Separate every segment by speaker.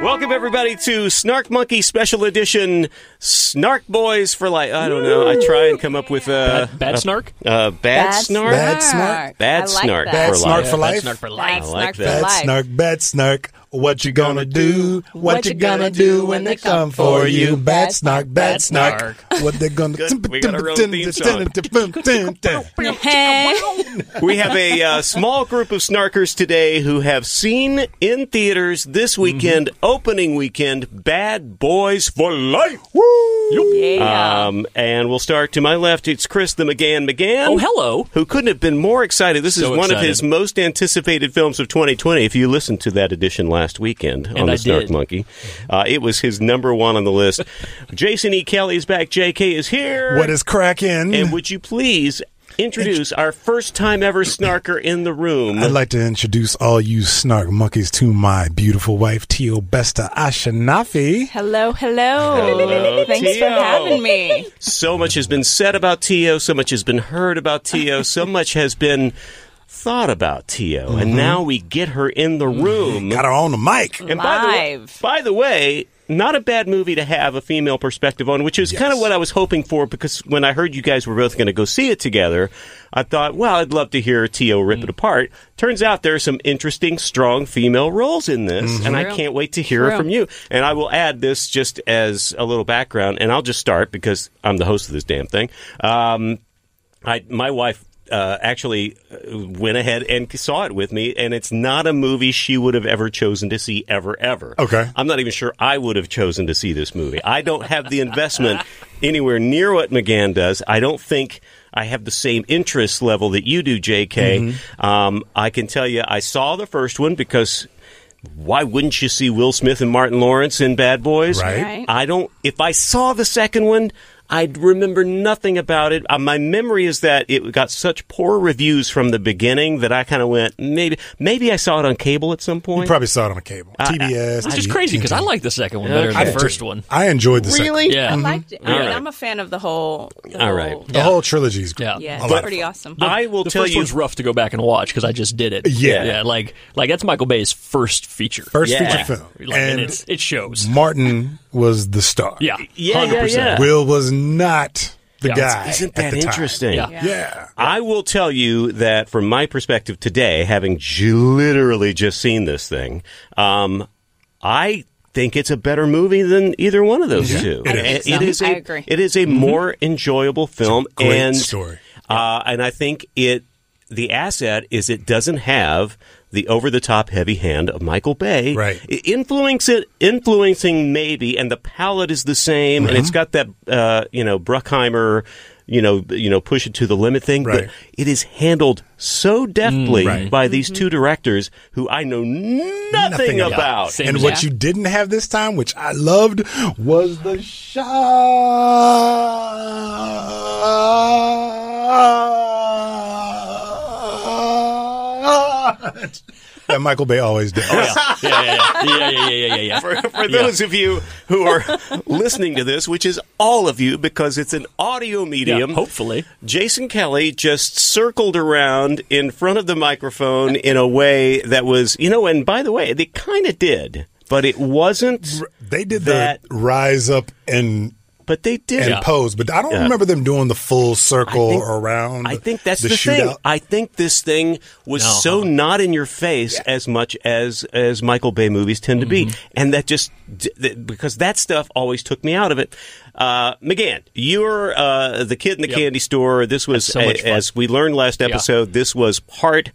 Speaker 1: Welcome everybody to Snark Monkey Special Edition Snark Boys for like I don't know. I try and come up with uh,
Speaker 2: Bad, bad snark?
Speaker 1: a uh, bad, snark,
Speaker 3: Bad snark.
Speaker 1: bad
Speaker 4: I like
Speaker 1: snark,
Speaker 4: that.
Speaker 3: Bad
Speaker 1: for
Speaker 3: snark
Speaker 1: life.
Speaker 3: for life.
Speaker 2: Bad snark for life.
Speaker 4: Bad
Speaker 1: I
Speaker 4: snark
Speaker 1: like
Speaker 4: for
Speaker 1: that.
Speaker 3: Bad
Speaker 4: life.
Speaker 3: snark, bad snark. What you gonna do? What you gonna do when they come for you? Bad snark, bad snark. What they gonna?
Speaker 1: Good. We got our own theme song. We have a uh, small group of snarkers today who have seen in theaters this
Speaker 2: Mm-hmm.
Speaker 1: weekend, opening weekend, Bad Boys for Life.
Speaker 4: Yeah.
Speaker 1: Um, and we'll start to my left. It's Chris the McGann McGann.
Speaker 2: Oh, hello.
Speaker 1: Who couldn't have been more excited? This is
Speaker 2: So
Speaker 1: one of
Speaker 2: excited.
Speaker 1: his most anticipated films of 2020. If you listened to that edition last weekend on
Speaker 2: And
Speaker 1: the
Speaker 2: I
Speaker 1: Snark
Speaker 2: did.
Speaker 1: Monkey, uh, it was his number one on the list. Jason E. Kelly's back. J.K. is here.
Speaker 3: What is cracking?
Speaker 1: And would you please introduce our first time ever snarker in the room?
Speaker 3: I'd like to introduce all you snark monkeys to my beautiful wife, Tio Besta Ashanafi.
Speaker 4: Hello, hello.
Speaker 1: Hello,
Speaker 4: Oh, Thanks
Speaker 1: Tio.
Speaker 4: for having me.
Speaker 1: so much has been said about Tio, so much has been heard about Tio, so much has been thought about Tio, and now we get her in the room.
Speaker 3: Got her on the mic.
Speaker 1: And by the, way,
Speaker 4: Live.
Speaker 1: by the way, not a bad movie to have a female perspective on, which is
Speaker 3: Yes.
Speaker 1: kind of what I was hoping for because when I heard you guys were both going to go see it together, I thought, well, I'd love to hear Tio rip it apart. Turns out there are some interesting, strong female roles in this, and I can't wait to hear it from you. And I will add this just as a little background, and I'll just start because I'm the host of this damn thing. Um, I my wife uh, actually uh, went ahead and saw it with me, and it's not a movie she would have ever chosen to see ever ever.
Speaker 3: Okay.
Speaker 1: I'm not even sure I would have chosen to see this movie. I don't have the investment anywhere near what McGann does. I don't think. I have the same interest level that you do, JK.
Speaker 3: Mm-hmm.
Speaker 1: Um, I can tell you, I saw the first one because why wouldn't you see Will Smith and Martin Lawrence in Bad Boys?
Speaker 3: Right.
Speaker 4: Right.
Speaker 1: I don't. If I saw the second one, I'd remember nothing about it. Uh, my memory is that it got such poor reviews from the beginning that I kind of went maybe maybe I saw it on cable at some point.
Speaker 3: You probably saw it on a cable. TBS.
Speaker 2: Which is crazy because I like the second one better than the first one.
Speaker 3: I enjoyed the second.
Speaker 2: Really?
Speaker 1: Mm-hmm.
Speaker 2: Yeah.
Speaker 4: I liked it. I mean,
Speaker 1: All right.
Speaker 4: I'm a fan of the whole. the
Speaker 1: All
Speaker 4: whole-
Speaker 1: right.
Speaker 3: The whole trilogy is great.
Speaker 2: Yeah.
Speaker 4: Yeah,
Speaker 3: A
Speaker 4: it's
Speaker 3: lot of
Speaker 4: pretty
Speaker 3: fun.
Speaker 4: awesome.
Speaker 1: I will
Speaker 2: the
Speaker 1: tell
Speaker 2: first
Speaker 1: you.
Speaker 2: one's rough to go back and watch because I just did it.
Speaker 3: Yeah.
Speaker 2: yeah, like like that's Michael Bay's first feature.
Speaker 3: First
Speaker 1: Yeah.
Speaker 3: feature film.
Speaker 2: like, and, it's, it shows.
Speaker 3: Martin was the star.
Speaker 2: Yeah,
Speaker 1: Yeah, yeah,
Speaker 2: 100%.
Speaker 1: yeah.
Speaker 3: Will was not the
Speaker 2: Yeah.
Speaker 3: guy.
Speaker 1: Isn't
Speaker 3: at
Speaker 1: that
Speaker 3: the time.
Speaker 1: interesting?
Speaker 2: Yeah.
Speaker 3: Yeah.
Speaker 1: I will tell you that from my perspective today, having j- literally just seen this thing, um, I think it's a better movie than either one of those two.
Speaker 3: it
Speaker 1: And
Speaker 3: is. Mm-hmm.
Speaker 1: it is a,
Speaker 4: I agree.
Speaker 1: It is a more enjoyable film
Speaker 3: Great
Speaker 1: and
Speaker 3: story.
Speaker 1: Uh, and I think it the asset is it doesn't have the over the top heavy hand of Michael Bay.
Speaker 3: Right.
Speaker 1: I- Influence it influencing maybe and the palette is the same and
Speaker 3: Mm-hmm.
Speaker 1: it's got that uh, you know Bruckheimer you know you know push it to the limit thing
Speaker 3: Right. Mm,
Speaker 1: but it is handled so deftly
Speaker 3: right.
Speaker 1: by these two directors who I know nothing,
Speaker 3: Nothing about.
Speaker 1: about.
Speaker 2: Same
Speaker 3: And
Speaker 2: as-
Speaker 3: what you didn't have this time, which I loved, was the shot. That Michael Bay always did.
Speaker 2: Oh, yeah, yeah, yeah, yeah, yeah, yeah, yeah, yeah.
Speaker 1: for, for those of you who are listening to this, which is all of you because it's an audio
Speaker 2: yeah.
Speaker 1: medium.
Speaker 2: Hopefully,
Speaker 1: Jason Kelly just circled around in front of the microphone in a way that was, you know, and by the way, they kind of did, but it wasn't.
Speaker 3: They did
Speaker 1: That-
Speaker 3: the rise up and
Speaker 1: but they did.
Speaker 3: and pose, but I don't remember them doing the full circle
Speaker 1: I think-
Speaker 3: around.
Speaker 1: I think that's the, thing. I think this thing was
Speaker 2: No. uh-huh.
Speaker 1: so not in your face as much as as Michael Bay movies tend to be,
Speaker 2: Mm-hmm.
Speaker 1: and that just d- th- because that stuff always took me out of it. Uh, McGann, you're uh, the kid in the
Speaker 2: Yep.
Speaker 1: candy store. This was
Speaker 2: so much
Speaker 1: a-
Speaker 2: fun.
Speaker 1: as we learned last episode. This was part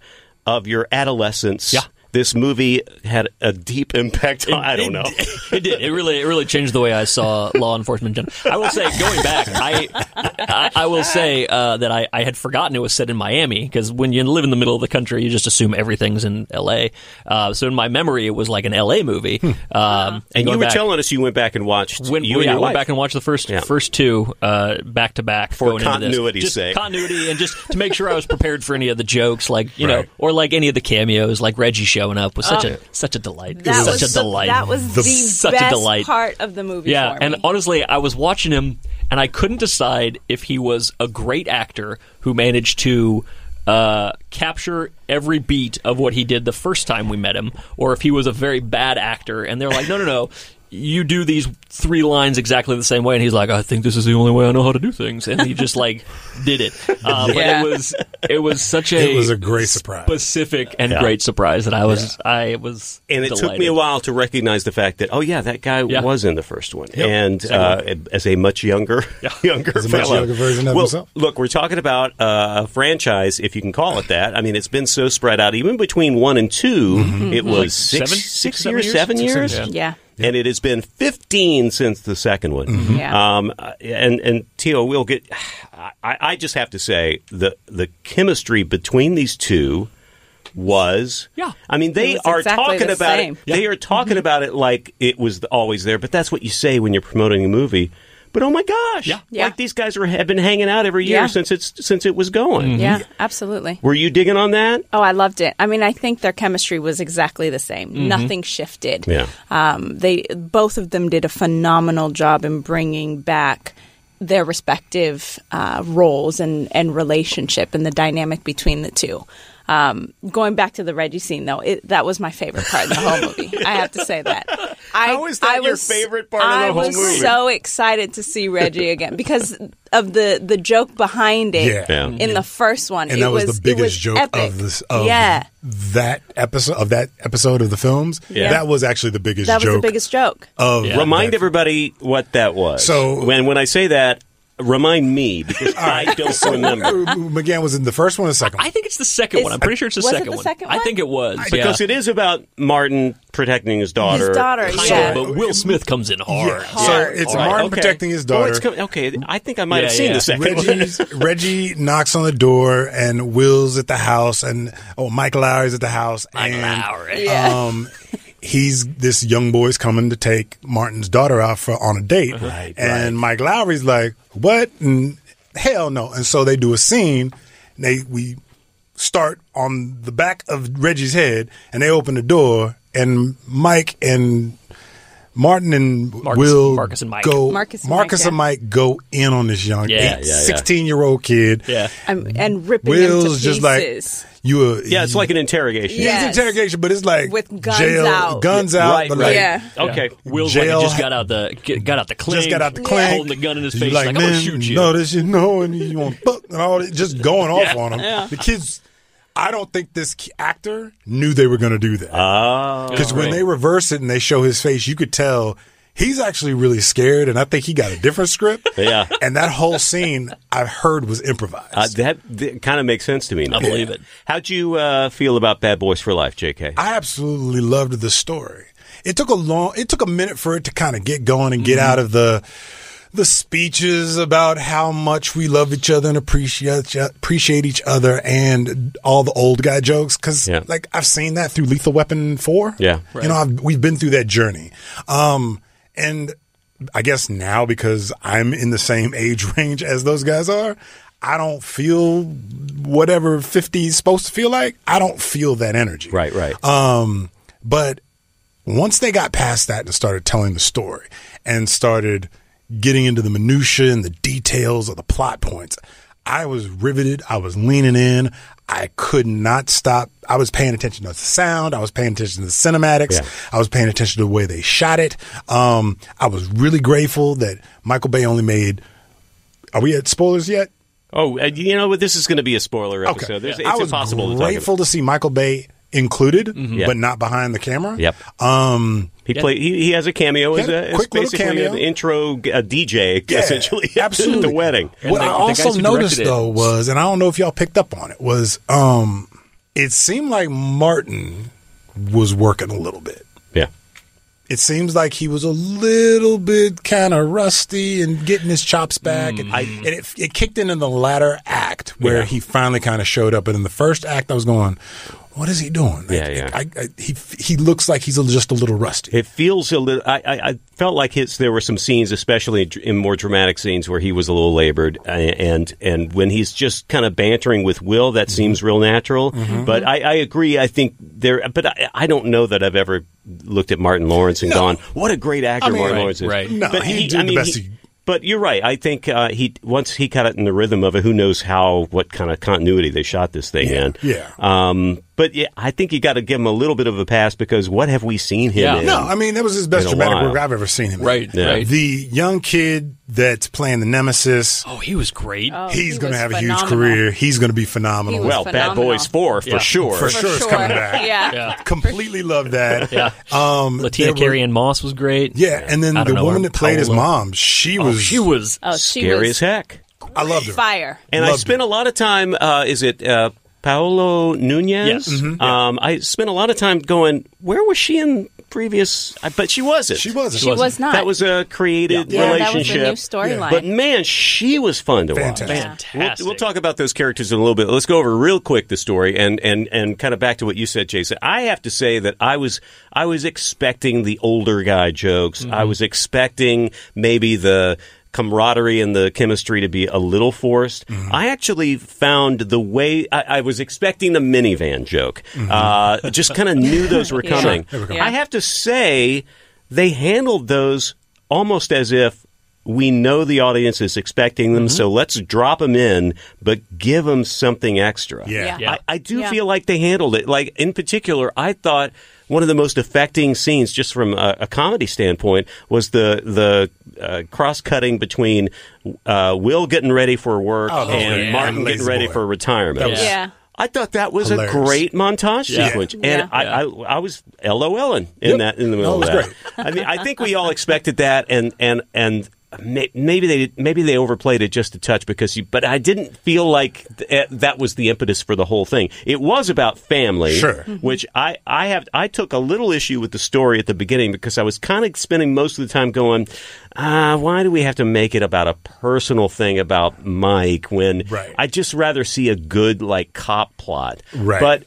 Speaker 1: of your adolescence.
Speaker 2: Yeah.
Speaker 1: This movie had a deep impact. on, I don't know.
Speaker 2: It did. It really, it really changed the way I saw law enforcement. in general. I will say, going back, I, I, I will say uh, that I, I had forgotten it was set in Miami because when you live in the middle of the country, you just assume everything's in L.A. Uh, so in my memory, it was like an L.A. movie. Um,
Speaker 1: Hmm. And you
Speaker 2: going
Speaker 1: were
Speaker 2: back-
Speaker 1: telling us you went back and watched
Speaker 2: When,
Speaker 1: you and your
Speaker 2: yeah, I went
Speaker 1: wife.
Speaker 2: back and watched the first
Speaker 1: Yeah.
Speaker 2: first two uh, back to back
Speaker 1: For
Speaker 2: going into this.
Speaker 1: continuity's
Speaker 2: Just
Speaker 1: sake.
Speaker 2: continuity and just to make sure I was prepared for any of the jokes, like you
Speaker 1: Right.
Speaker 2: know, or like any of the cameos, like Reggie showing up was such a such a delight.
Speaker 4: Oh. That
Speaker 2: such
Speaker 4: was
Speaker 2: a
Speaker 4: the-
Speaker 2: delight.
Speaker 4: That was
Speaker 3: The-
Speaker 4: the,
Speaker 2: Such a
Speaker 4: best
Speaker 2: delight.
Speaker 4: part of the movie.
Speaker 2: Yeah,
Speaker 4: for
Speaker 2: and
Speaker 4: me.
Speaker 2: honestly, I was watching him, and I couldn't decide if he was a great actor who managed to uh, capture every beat of what he did the first time we met him, or if he was a very bad actor. And they're like, no, no, no. You do these three lines exactly the same way, and he's like, "I think this is the only way I know how to do things," and he just like did it. Uh, But it was it was such a
Speaker 3: It was a great surprise.
Speaker 2: specific and great surprise that I was I was
Speaker 1: and it took me
Speaker 2: delighted.
Speaker 1: a while to recognize the fact that oh yeah that guy
Speaker 2: Yeah.
Speaker 1: was in the first one and uh, as a much younger younger
Speaker 3: As a much
Speaker 1: fellow.
Speaker 3: younger version of
Speaker 1: well,
Speaker 3: himself.
Speaker 1: look we're talking about uh, a franchise if you can call it that i mean it's been so spread out even between one and 2 it was six,
Speaker 2: Mm-hmm. seven-
Speaker 1: six
Speaker 2: six, seven
Speaker 1: years
Speaker 2: years?
Speaker 1: seven
Speaker 2: Six,
Speaker 1: years
Speaker 2: seven,
Speaker 4: yeah.
Speaker 1: and it has been 15 since the second one.
Speaker 2: Mm-hmm.
Speaker 4: Yeah.
Speaker 1: Um, and and Tio, we'll get. I, I just have to say the the chemistry between these two was.
Speaker 2: Yeah.
Speaker 1: I mean, they
Speaker 4: was
Speaker 1: are
Speaker 4: exactly
Speaker 1: talking
Speaker 4: the
Speaker 1: about
Speaker 4: same.
Speaker 1: it. They are talking about it like it was the- always there. But that's what you say when you're promoting a movie. But oh my gosh!
Speaker 2: Yeah.
Speaker 4: Yeah.
Speaker 1: Like these guys are, have been hanging out every year
Speaker 4: Yeah. Mm-hmm.
Speaker 1: since it's since it was going.
Speaker 4: yeah, absolutely.
Speaker 1: Were you digging on that?
Speaker 4: Oh, I loved it. I mean, I think their chemistry was exactly the same. Nothing shifted.
Speaker 1: Yeah.
Speaker 4: Um, they both of them did a phenomenal job in bringing back their respective uh, roles and and relationship and the dynamic between the two. Um, going back to the Reggie scene, though, it, that was my favorite part of the whole movie. I have to say that. I,
Speaker 1: How is that
Speaker 4: I
Speaker 1: your
Speaker 4: was-
Speaker 1: favorite part of the
Speaker 4: I
Speaker 1: whole
Speaker 4: was
Speaker 1: movie?
Speaker 4: So excited to see Reggie again because of the the joke behind it
Speaker 3: Yeah. Yeah.
Speaker 4: in the first one
Speaker 3: and
Speaker 4: it
Speaker 3: that was, the
Speaker 4: it
Speaker 3: biggest
Speaker 4: was
Speaker 3: joke
Speaker 4: epic.
Speaker 3: of this of
Speaker 4: yeah,
Speaker 3: that episode of that episode of the films.
Speaker 1: Yeah.
Speaker 3: That was actually the biggest
Speaker 4: that was
Speaker 3: joke
Speaker 4: the biggest joke.
Speaker 3: of
Speaker 1: Remind
Speaker 3: that-
Speaker 1: everybody what that was.
Speaker 3: So-
Speaker 1: when when I say that, remind me because I don't remember.
Speaker 3: McGann was in the first one or the second one.
Speaker 2: I think it's the second
Speaker 4: Is-
Speaker 2: one. I'm pretty sure it's the
Speaker 4: was it
Speaker 2: second
Speaker 4: the
Speaker 2: one.
Speaker 4: second
Speaker 2: I
Speaker 4: one?
Speaker 2: think it was yeah.
Speaker 1: because it is about Martin protecting his daughter.
Speaker 4: His daughter,
Speaker 2: Kind
Speaker 4: yeah.
Speaker 2: of, but Will Smith comes in hard.
Speaker 3: Yeah.
Speaker 4: Hard.
Speaker 3: So it's
Speaker 1: All right,
Speaker 3: Martin
Speaker 1: okay.
Speaker 3: protecting his
Speaker 1: Oh,
Speaker 3: daughter.
Speaker 1: it's com- okay, I think I might have
Speaker 2: Yeah,
Speaker 1: seen
Speaker 2: yeah.
Speaker 1: the second one.
Speaker 3: Reggie's, Reggie knocks on the door, and Will's at the house, and oh, Mike Lowry's at the house,
Speaker 2: Like,
Speaker 3: and
Speaker 2: Lowry.
Speaker 3: um, he's this young boy's coming to take Martin's daughter out for on a date,
Speaker 1: Right,
Speaker 3: and Mike Lowry's like, "What? And hell no!" And so they do a scene. and They we start on the back of Reggie's head, and they open the door, and Mike and Martin and
Speaker 2: Marcus-
Speaker 3: Will
Speaker 2: Marcus and Mike.
Speaker 3: go
Speaker 4: Marcus and
Speaker 3: Marcus
Speaker 4: Mike,
Speaker 3: and
Speaker 4: yeah.
Speaker 3: Mike go in on this young
Speaker 2: Yeah,
Speaker 3: eight,
Speaker 1: yeah, yeah.
Speaker 3: 16 year old kid.
Speaker 2: Yeah.
Speaker 4: I'm, and ripping him to
Speaker 3: Will's just
Speaker 4: pieces.
Speaker 3: like you. A,
Speaker 1: Yeah, it's like an interrogation.
Speaker 3: Yeah,
Speaker 4: Yes.
Speaker 3: it's interrogation, but it's like
Speaker 4: With guns
Speaker 3: jail,
Speaker 4: out.
Speaker 3: guns out,
Speaker 1: Right,
Speaker 3: but
Speaker 1: right.
Speaker 3: like
Speaker 4: Yeah.
Speaker 1: Okay.
Speaker 2: Will's
Speaker 3: Jail-
Speaker 2: like he just got out the get- got out the clink.
Speaker 3: just got out the clink,
Speaker 2: holding the gun in his
Speaker 3: He's
Speaker 2: face, like, I'm gonna shoot you.
Speaker 3: No, this you know, and you want fuck and all that, just going off on him. The kids, I don't think this ki- actor knew they were gonna do that
Speaker 2: Oh,
Speaker 3: because when they reverse it and they show his face, you could tell. He's actually really scared, and I think he got a different script.
Speaker 1: Yeah.
Speaker 3: and that whole scene I heard was improvised.
Speaker 1: Uh, that th- kind of makes sense to me. Now.
Speaker 2: I believe it.
Speaker 1: How'd you uh, feel about Bad Boys for Life, J.K.?
Speaker 3: I absolutely loved the story. It took a long it took a minute for it to kind of get going and get out
Speaker 1: Mm-hmm.
Speaker 3: of the the speeches about how much we love each other and appreciate appreciate each other and all the old guy jokes cuz
Speaker 1: Yeah.
Speaker 3: like I've seen that through Lethal Weapon 4.
Speaker 1: Yeah.
Speaker 3: You know, I've, we've been through that journey. Um and I guess now because I'm in the same age range as those guys are, I don't feel whatever 50 is supposed to feel like. I don't feel that energy.
Speaker 1: right, right.
Speaker 3: Um, but once they got past that and started telling the story and started getting into the minutia and the details of the plot points, I was riveted. I was leaning in. I could not stop. I was paying attention to the sound. I was paying attention to the cinematics.
Speaker 1: Yeah.
Speaker 3: I was paying attention to the way they shot it. Um, I was really grateful that Michael Bay only made. Are we at spoilers yet?
Speaker 1: Oh, uh, you know what? This is going to be a spoiler
Speaker 3: Okay.
Speaker 1: episode. There's,
Speaker 3: I
Speaker 1: It's
Speaker 3: was
Speaker 1: impossible to talk about.
Speaker 3: grateful to, see Michael Bay included,
Speaker 1: Yeah.
Speaker 3: but not behind the camera.
Speaker 1: Yep.
Speaker 3: Um,
Speaker 1: He play he, he has a cameo as
Speaker 3: Yeah,
Speaker 1: a as
Speaker 3: quick little
Speaker 1: basically
Speaker 3: cameo.
Speaker 1: an intro g- a DJ
Speaker 3: Yeah,
Speaker 1: essentially at
Speaker 3: absolutely.
Speaker 1: the wedding.
Speaker 2: And
Speaker 3: what
Speaker 2: the-
Speaker 3: I
Speaker 2: the
Speaker 3: also
Speaker 2: guys who
Speaker 3: noticed
Speaker 2: directed it-
Speaker 3: though was, and I don't know if y'all picked up on it, was um, it seemed like Martin was working a little bit.
Speaker 1: Yeah.
Speaker 3: It seems like he was a little bit kind of rusty and getting his chops back, and, and it, it kicked in in the latter act where
Speaker 1: Yeah.
Speaker 3: he finally kind of showed up. And in the first act, I was going, "What is he doing?"
Speaker 1: Yeah,
Speaker 3: I-
Speaker 1: yeah.
Speaker 3: I, I, he he looks like he's a, just a little rusty.
Speaker 1: It feels a little. I, I, I felt like his. There were some scenes, especially in, in more dramatic scenes, where he was a little labored, a- and and when he's just kind of bantering with Will, that
Speaker 3: Mm-hmm.
Speaker 1: seems real natural. But I, I agree. I think there. But I, I don't know that I've ever looked at Martin Lawrence and gone, "What a great actor
Speaker 3: I mean,
Speaker 1: Martin
Speaker 3: Right,
Speaker 1: Lawrence is."
Speaker 2: right.
Speaker 3: No,
Speaker 1: but
Speaker 3: he did the best he-
Speaker 1: But you're right. I think uh, he once he got it in the rhythm of it. Who knows how what kind of continuity they shot this thing in?
Speaker 3: yeah.
Speaker 1: Um. But yeah, I think you got to give him a little bit of a pass because what have we seen him
Speaker 2: Yeah.
Speaker 1: in?
Speaker 3: No, I mean that was his best
Speaker 1: in a
Speaker 3: dramatic
Speaker 1: while.
Speaker 3: work I've ever seen him. in.
Speaker 2: Right,
Speaker 1: Yeah.
Speaker 2: right.
Speaker 3: The young kid that's playing the nemesis,
Speaker 2: oh, he was great.
Speaker 3: he's
Speaker 4: he
Speaker 3: going to
Speaker 4: was
Speaker 3: have a huge
Speaker 4: phenomenal.
Speaker 3: career. He's going to be phenomenal.
Speaker 4: He was
Speaker 1: well, Bad
Speaker 4: phenomenal.
Speaker 1: Boys Four for
Speaker 2: Yeah.
Speaker 1: sure.
Speaker 3: for, sure, it's coming back.
Speaker 4: Yeah.
Speaker 3: Completely love that.
Speaker 2: Yeah.
Speaker 3: Um,
Speaker 2: Latina
Speaker 3: there were-
Speaker 2: Carrie Ann Moss was great.
Speaker 3: Yeah, and then
Speaker 2: I
Speaker 3: the
Speaker 2: don't know,
Speaker 3: woman
Speaker 2: her-
Speaker 3: that played his
Speaker 2: Paola.
Speaker 3: mom, she
Speaker 2: Oh,
Speaker 3: was
Speaker 2: she was.
Speaker 4: Oh, she
Speaker 1: Scary
Speaker 4: was
Speaker 1: as heck.
Speaker 3: I loved her.
Speaker 4: fire.
Speaker 1: And I
Speaker 3: Loved
Speaker 1: spent a lot of time. Uh, is it uh, Paolo Nunez?
Speaker 2: Yes. Mhm.
Speaker 1: Um, I spent a lot of time going. Where was she in previous? I, but she wasn't.
Speaker 3: She wasn't.
Speaker 4: She was not.
Speaker 1: That was a created
Speaker 3: Yeah.
Speaker 4: yeah, that was a
Speaker 1: relationship.
Speaker 4: new storyline.
Speaker 1: But man, she was fun to watch.
Speaker 3: Fantastic.
Speaker 1: We'll,
Speaker 2: Fantastic.
Speaker 1: we'll talk about those characters in a little bit. Let's go over real quick the story and, and, and kind of back to what you said, Jason. I have to say that I was I was expecting the older guy jokes. I was expecting maybe the camaraderie and the chemistry to be a little forced. I actually found the way I, I was expecting the minivan joke. Uh, just kind of knew those were
Speaker 4: Yeah.
Speaker 1: coming.
Speaker 3: They were coming.
Speaker 1: I have to say they handled those almost as if we know the audience is expecting
Speaker 3: Mm-hmm.
Speaker 1: them, so let's drop them in, but give them something extra.
Speaker 3: Yeah.
Speaker 2: Yeah.
Speaker 1: I, I do
Speaker 4: Yeah.
Speaker 1: feel like they handled it. Like in particular, I thought one of the most affecting scenes, just from a, a comedy standpoint, was the the uh, cross cutting between uh, Will getting ready for work
Speaker 3: Oh, that was
Speaker 1: and
Speaker 3: great.
Speaker 1: Martin
Speaker 3: And
Speaker 1: getting
Speaker 3: Lazy
Speaker 1: ready
Speaker 3: Boy.
Speaker 1: for retirement.
Speaker 3: That
Speaker 2: was-
Speaker 4: Yeah.
Speaker 1: I thought that was
Speaker 3: Hilarious.
Speaker 1: a great montage
Speaker 3: Yeah.
Speaker 1: sequence, and
Speaker 4: Yeah.
Speaker 1: I, I I was LOLing in
Speaker 3: Yep.
Speaker 1: that in the middle
Speaker 3: No, it
Speaker 1: of
Speaker 3: was
Speaker 1: that. I mean, I think we all expected that, and and and may- maybe they maybe they overplayed it just a touch because you. But I didn't feel like th- eh, that was the impetus for the whole thing. It was about family,
Speaker 3: Sure.
Speaker 1: Which I I have I took a little issue with the story at the beginning because I was kind of spending most of the time going, uh, why do we have to make it about a personal thing about Mike when
Speaker 3: Right.
Speaker 1: I just rather see a good like cop plot,
Speaker 3: Right.
Speaker 1: But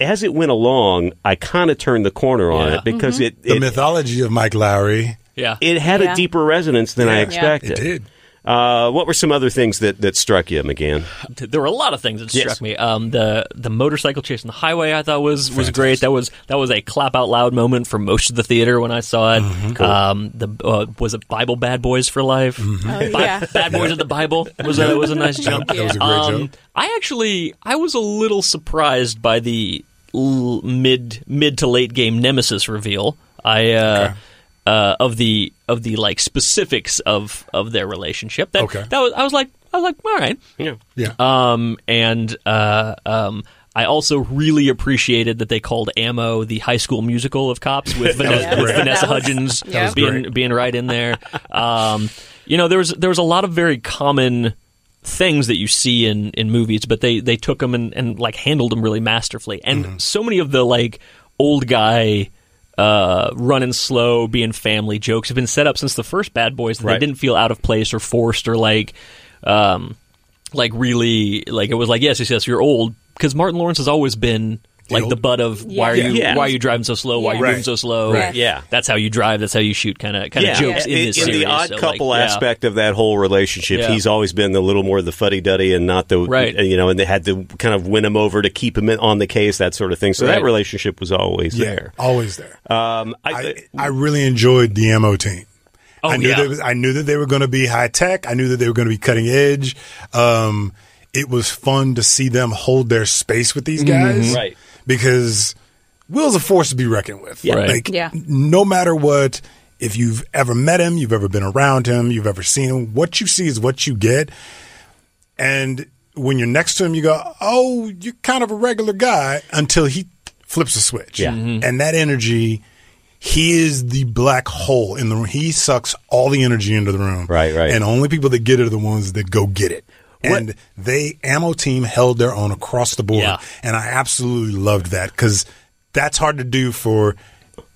Speaker 1: as it went along, I kind of turned the corner on
Speaker 2: Yeah. Mm-hmm.
Speaker 1: it because it,
Speaker 3: The
Speaker 1: it
Speaker 3: mythology of Mike Lowry.
Speaker 2: Yeah.
Speaker 1: it had
Speaker 4: Yeah.
Speaker 1: a deeper resonance than I
Speaker 3: Yeah.
Speaker 1: expected.
Speaker 3: It did.
Speaker 1: Uh, what were some other things that, that struck you, McGann?
Speaker 2: there were a lot of things that
Speaker 1: Yes.
Speaker 2: struck me. Um, the the motorcycle chase on the highway I thought was was great. That was that was a clap out loud moment for most of the theater when I saw it.
Speaker 3: Mm-hmm.
Speaker 2: Um, the uh, was it Bible Bad Boys for Life?
Speaker 4: Oh, yeah.
Speaker 2: Bad Boys of the Bible was a, was a nice jump.
Speaker 3: Mm-hmm. That was a great
Speaker 2: Um,
Speaker 3: joke.
Speaker 2: I actually I was a little surprised by the l- mid mid to late game Nemesis reveal. I uh, uh, of the of the like specifics of of their relationship. That,
Speaker 3: Okay.
Speaker 2: that was I was like I was like all right.
Speaker 1: Yeah.
Speaker 3: Yeah.
Speaker 2: Um, and uh, um, I also really appreciated that they called Ammo the High School Musical of cops with Vanessa,
Speaker 3: great.
Speaker 2: with Vanessa
Speaker 4: That was-
Speaker 2: Hudgens
Speaker 4: That was
Speaker 2: being being right in there. Um, you know, there was there was a lot of very common things that you see in, in movies, but they they took them and, and like handled them really masterfully. And
Speaker 4: Mm-hmm.
Speaker 2: so many of the like old guy. Uh, running slow, being family jokes have been set up since the first Bad Boys. That
Speaker 1: Right.
Speaker 2: They didn't feel out of place or forced or like, um, like really like it was like yes yes yes you're old because Martin Lawrence has always been like
Speaker 3: old-
Speaker 2: the butt of why are you
Speaker 1: Yeah.
Speaker 2: why are you driving so slow why are you
Speaker 3: Right.
Speaker 2: moving so slow
Speaker 3: Right.
Speaker 1: Yeah.
Speaker 2: that's how you drive that's how you shoot kind of kind of jokes in, this series
Speaker 1: the odd
Speaker 2: So, like,
Speaker 1: couple
Speaker 2: yeah.
Speaker 1: aspect of that whole relationship,
Speaker 2: Yeah.
Speaker 1: he's always been the little more the fuddy duddy and not the
Speaker 2: Right.
Speaker 1: You know, and they had to kind of win him over to keep him in, on the case, that sort of thing. So that
Speaker 2: Right.
Speaker 1: relationship was always
Speaker 3: yeah.
Speaker 1: there.
Speaker 3: Always there.
Speaker 1: Um, I,
Speaker 3: I, I really enjoyed the ammo team.
Speaker 2: Oh,
Speaker 3: I knew
Speaker 2: yeah.
Speaker 3: they, I knew that they were going to be high tech. I knew that they were going to be cutting edge. Um, it was fun to see them hold their space with these guys.
Speaker 1: Right.
Speaker 3: Because Will's a force to be reckoned with.
Speaker 2: Yeah. Right.
Speaker 3: Like,
Speaker 4: Yeah.
Speaker 3: no matter what, if you've ever met him, you've ever been around him, you've ever seen him, what you see is what you get. And when you're next to him, you go, oh, you're kind of a regular guy until he flips a switch.
Speaker 1: Yeah.
Speaker 3: And that energy, he is the black hole in the room. He sucks all the energy into the room.
Speaker 1: Right, right.
Speaker 3: And only people that get it are the ones that go get it.
Speaker 1: What-
Speaker 3: And they, ammo team, held their own across the board.
Speaker 2: Yeah.
Speaker 3: And I absolutely loved that because that's hard to do for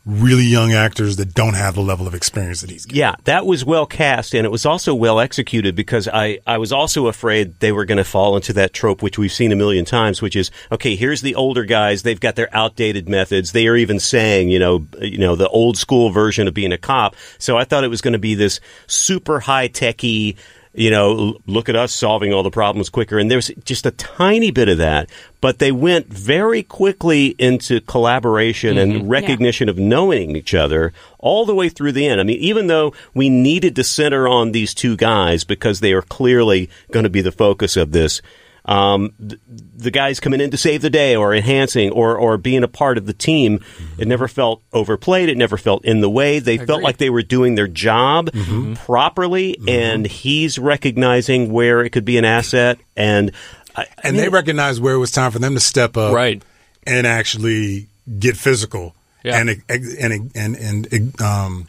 Speaker 3: really young actors that don't have the level of experience that he's getting.
Speaker 1: Yeah, that was well cast, and it was also well executed because I, I was also afraid they were going to fall into that trope, which we've seen a million times, which is okay. Here's the older guys; they've got their outdated methods. They are even saying, you know, you know, the old school version of being a cop. So I thought it was going to be this super high techy. You know, l- look at us solving all the problems quicker. And there's just a tiny bit of that, but they went very quickly into collaboration and recognition recognition of knowing each other all the way through the end. I mean, even though we needed to center on these two guys because they are clearly going to be the focus of this, um, th- the guys coming in to save the day or enhancing or, or being a part of the team, it never felt overplayed. It never felt in the way. They felt like they were doing their job properly, and he's recognizing where it could be an asset. And I,
Speaker 3: and they recognized where it was time for them to step up,
Speaker 2: Right.
Speaker 3: and actually get physical
Speaker 2: Yeah.
Speaker 3: and ex- and and and um,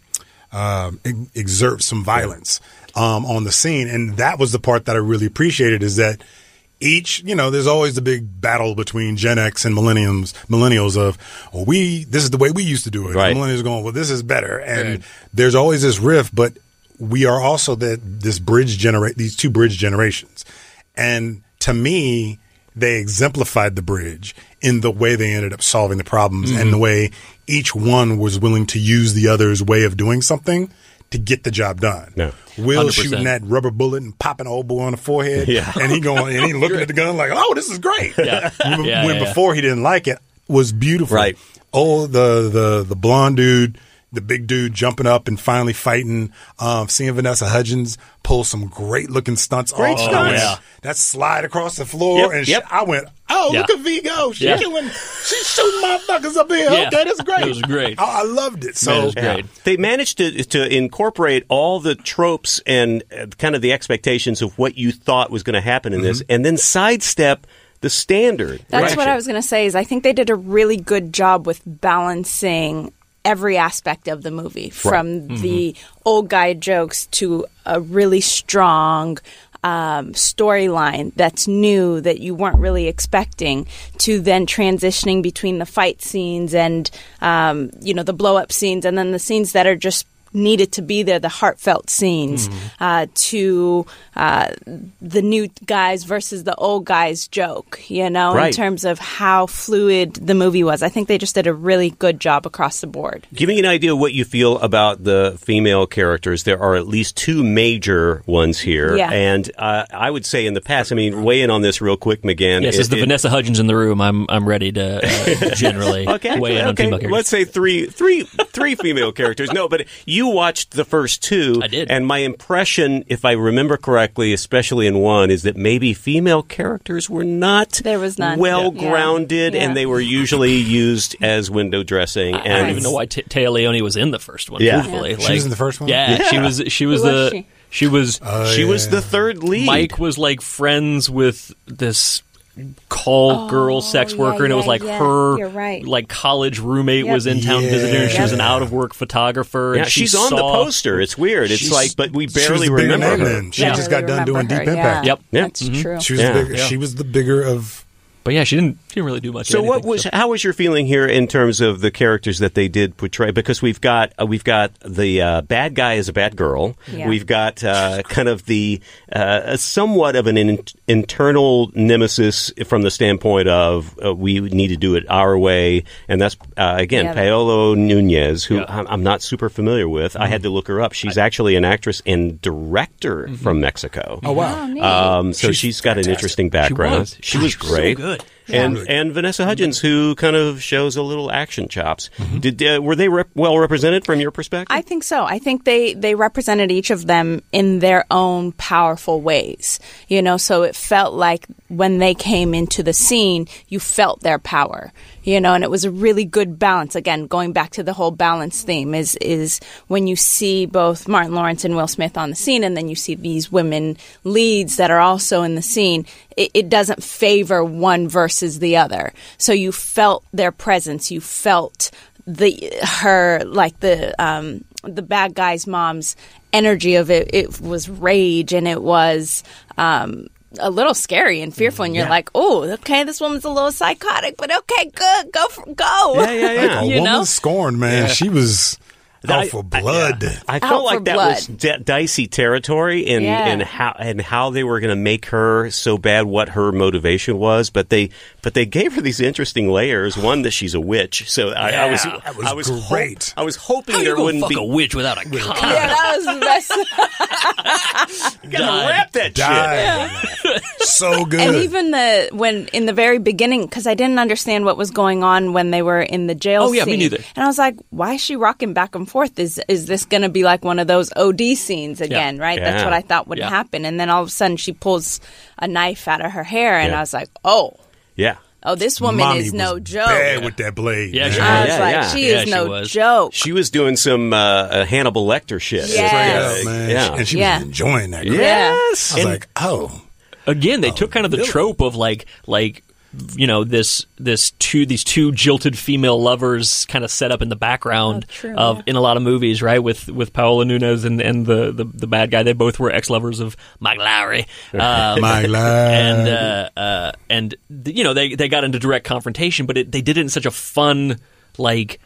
Speaker 3: um, ex- exert some violence um, on the scene, and that was the part that I really appreciated is that each you know there's always the big battle between Gen X and millenniums millennials of well, we this is the way we used to do it.
Speaker 1: Right.
Speaker 3: And millennials are going well this is better, and there's always this riff, but we are also that this bridge generate these two bridge generations. And to me, they exemplified the bridge in the way they ended up solving the problems
Speaker 2: Mm-hmm.
Speaker 3: and the way each one was willing to use the other's way of doing something to get the job done.
Speaker 1: Yeah.
Speaker 3: Will
Speaker 2: 100%.
Speaker 3: shooting that rubber bullet and popping an old boy on the forehead,
Speaker 1: Yeah.
Speaker 3: and he going and he looking at the gun like, "Oh, this is great."
Speaker 2: Yeah.
Speaker 3: when
Speaker 2: Yeah,
Speaker 3: when
Speaker 2: yeah, yeah.
Speaker 3: before he didn't like it was beautiful.
Speaker 1: Right.
Speaker 3: Oh, the the the blonde dude, the big dude jumping up and finally fighting. Um, seeing Vanessa Hudgens pull some great looking stunts. Great
Speaker 1: stunts.
Speaker 2: Yeah.
Speaker 3: That slide across the floor,
Speaker 1: Yep,
Speaker 3: and she-
Speaker 1: yep.
Speaker 3: I went, "Oh,
Speaker 2: Yeah.
Speaker 3: look at V go! She
Speaker 2: Yeah.
Speaker 3: killing, she's shooting motherfuckers up here.
Speaker 2: Yeah.
Speaker 3: Okay, that's great.
Speaker 2: It was great.
Speaker 1: Oh.
Speaker 3: I, I loved it. So
Speaker 2: Man, it was great.
Speaker 1: They managed to to incorporate all the tropes and uh, kind of the expectations of what you thought was going to happen in this, and then sidestep the standard.
Speaker 4: That's what I
Speaker 1: direction.
Speaker 4: was going to say. Is I think they did a really good job with balancing every aspect of the movie, from the old guy jokes to a really strong um, storyline that's new that you weren't really expecting, to then transitioning between the fight scenes and um, you know the blow up scenes, and then the scenes that are just needed to be there the heartfelt scenes uh, to uh, the new guys versus the old guys joke you know in
Speaker 1: Right.
Speaker 4: terms of how fluid the movie was i think they just did a really good job across the board
Speaker 1: Give me an idea of what you feel about the female characters. There are at least two major ones here,
Speaker 4: Yeah.
Speaker 1: and uh, I would say in the past. I mean, weigh in on this real quick, McGann.
Speaker 2: Yes,
Speaker 1: It-
Speaker 2: is the
Speaker 1: it-
Speaker 2: Vanessa Hudgens in the room? I'm I'm ready to uh, generally
Speaker 1: Okay, actually,
Speaker 2: weigh in on
Speaker 1: okay.
Speaker 2: female characters.
Speaker 1: Let's say three, three, three female characters. No, but you watched the first two.
Speaker 2: I did.
Speaker 1: And my impression, if I remember correctly, especially in one, is that maybe female characters were not
Speaker 4: There was none.
Speaker 1: well
Speaker 4: Yeah.
Speaker 1: grounded,
Speaker 4: Yeah.
Speaker 1: and they were usually used as window dressing.
Speaker 2: I
Speaker 1: and
Speaker 2: don't even know why T- Taya Leone was in the first one.
Speaker 1: Yeah.
Speaker 2: truthfully,
Speaker 3: She was in the first one? Uh,
Speaker 2: Yeah, she was. She was
Speaker 4: Who
Speaker 2: the.
Speaker 4: was
Speaker 2: she?
Speaker 4: she?
Speaker 2: was.
Speaker 1: she was the third lead.
Speaker 2: Mike was like friends with this call girl sex
Speaker 4: Oh, yeah,
Speaker 2: worker, and it was
Speaker 4: yeah,
Speaker 2: like
Speaker 4: yeah.
Speaker 2: her
Speaker 4: You're right.
Speaker 2: like college roommate
Speaker 4: Yep.
Speaker 2: was in town
Speaker 3: Yeah.
Speaker 2: visiting her. She was an
Speaker 3: Yep.
Speaker 2: out of work photographer.
Speaker 1: Yeah,
Speaker 2: and she
Speaker 1: she's on the
Speaker 2: saw-
Speaker 1: poster. It's weird. It's
Speaker 2: She's-
Speaker 1: like, but we
Speaker 3: she was
Speaker 1: barely
Speaker 3: the bigger
Speaker 1: remember
Speaker 3: name
Speaker 1: her.
Speaker 3: then. She
Speaker 4: Yeah.
Speaker 3: just got done
Speaker 4: Remember
Speaker 3: doing
Speaker 4: her,
Speaker 3: Deep
Speaker 4: yeah.
Speaker 3: Impact.
Speaker 2: Yep. Mm-hmm.
Speaker 1: Yeah.
Speaker 4: that's true
Speaker 3: She was
Speaker 1: Yeah.
Speaker 3: the bigger, she was the bigger of
Speaker 2: But yeah, she didn't. She didn't really do much. of
Speaker 1: So what
Speaker 2: anything,
Speaker 1: was how was your feeling here in terms of the characters that they did portray? Because we've got uh, we've got the uh, bad guy is a bad girl.
Speaker 4: Yeah.
Speaker 1: We've got uh, kind of the uh, somewhat of an in- internal nemesis from the standpoint of uh, we need to do it our way, and that's uh, again
Speaker 4: Yeah.
Speaker 1: Paolo Nunez, who
Speaker 2: Yeah.
Speaker 1: I'm I'm not super familiar with. I had to look her up. She's actually an actress and director
Speaker 2: Mm-hmm.
Speaker 1: from Mexico.
Speaker 3: oh, wow.
Speaker 2: Oh,
Speaker 1: Um, so
Speaker 3: She's
Speaker 1: she's got an
Speaker 3: fantastic.
Speaker 1: interesting
Speaker 2: She
Speaker 1: background.
Speaker 2: was. God,
Speaker 1: great.
Speaker 2: So good.
Speaker 1: and and Vanessa Hudgens, who kind of shows a little action chops.
Speaker 2: Mm-hmm.
Speaker 1: Did uh, were they rep- well represented from your perspective?
Speaker 4: I think so. I think they they represented each of them in their own powerful ways. You know, so it felt like when they came into the scene, you felt their power. You know, and it was a really good balance. Again, going back to the whole balance theme is is when you see both Martin Lawrence and Will Smith on the scene, and then you see these women leads that are also in the scene. It, it doesn't favor one versus the other. So you felt their presence. You felt the her like the um the bad guy's mom's energy of it it was rage and it was um a little scary and fearful and you're like oh okay this woman's a little psychotic but okay good go for, go
Speaker 1: Yeah, yeah, yeah.
Speaker 3: A
Speaker 4: You
Speaker 3: woman
Speaker 4: know?
Speaker 3: scorned, man. She was
Speaker 1: I-
Speaker 3: out for blood.
Speaker 1: I
Speaker 4: Out
Speaker 1: felt
Speaker 4: for
Speaker 1: like that
Speaker 4: blood.
Speaker 1: was d- dicey territory, and
Speaker 4: Yeah.
Speaker 1: and how and how they were going to make her so bad, what her motivation was, but they but they gave her these interesting layers. One that she's a witch, so I, I was
Speaker 2: Yeah,
Speaker 3: that was
Speaker 1: I was hop-
Speaker 3: great.
Speaker 1: I was hoping
Speaker 2: How you
Speaker 1: there
Speaker 2: gonna
Speaker 1: wouldn't
Speaker 2: fuck
Speaker 1: be
Speaker 2: a witch without a cock?
Speaker 4: yeah that was the best
Speaker 1: gotta wrap that shit.
Speaker 3: Died. so good.
Speaker 4: and even the when in the very beginning because i didn't understand what was going on when they were in the jail
Speaker 2: Oh, yeah, me
Speaker 4: scene.
Speaker 2: neither.
Speaker 4: and i was like why is she rocking back and forth is is this going to be like one of those od scenes again right that's
Speaker 1: Yeah.
Speaker 4: what i thought would
Speaker 2: Yeah.
Speaker 4: happen and then all of a sudden she pulls a knife out of her hair and
Speaker 1: Yeah.
Speaker 4: i was like oh
Speaker 1: Yeah,
Speaker 4: oh this woman
Speaker 3: Mommy
Speaker 4: is no
Speaker 3: was
Speaker 4: joke
Speaker 3: Bad with that blade.
Speaker 2: Yeah,
Speaker 3: man.
Speaker 2: she
Speaker 4: i was
Speaker 1: Yeah,
Speaker 4: like
Speaker 1: yeah.
Speaker 4: she
Speaker 2: Yeah,
Speaker 4: is
Speaker 2: she
Speaker 4: no
Speaker 2: was.
Speaker 4: joke
Speaker 1: she was doing some uh, uh, Hannibal Lecter shit.
Speaker 4: Yes.
Speaker 3: Straight
Speaker 4: Yes.
Speaker 3: up, man.
Speaker 1: Yeah.
Speaker 3: And she
Speaker 4: Yeah.
Speaker 3: was enjoying that. crap.
Speaker 1: Yes.
Speaker 3: I was
Speaker 1: And-
Speaker 3: like, oh.
Speaker 2: again they took kind of the trope of like like you know this this two these two jilted female lovers kind of set up in the background of in a lot of movies right with with Paola Nunes and and the the, the bad guy they both were ex lovers of Mike Lowry um,
Speaker 3: My life.
Speaker 2: and uh, uh, and th- you know they they got into direct confrontation but it, they did it in such a fun like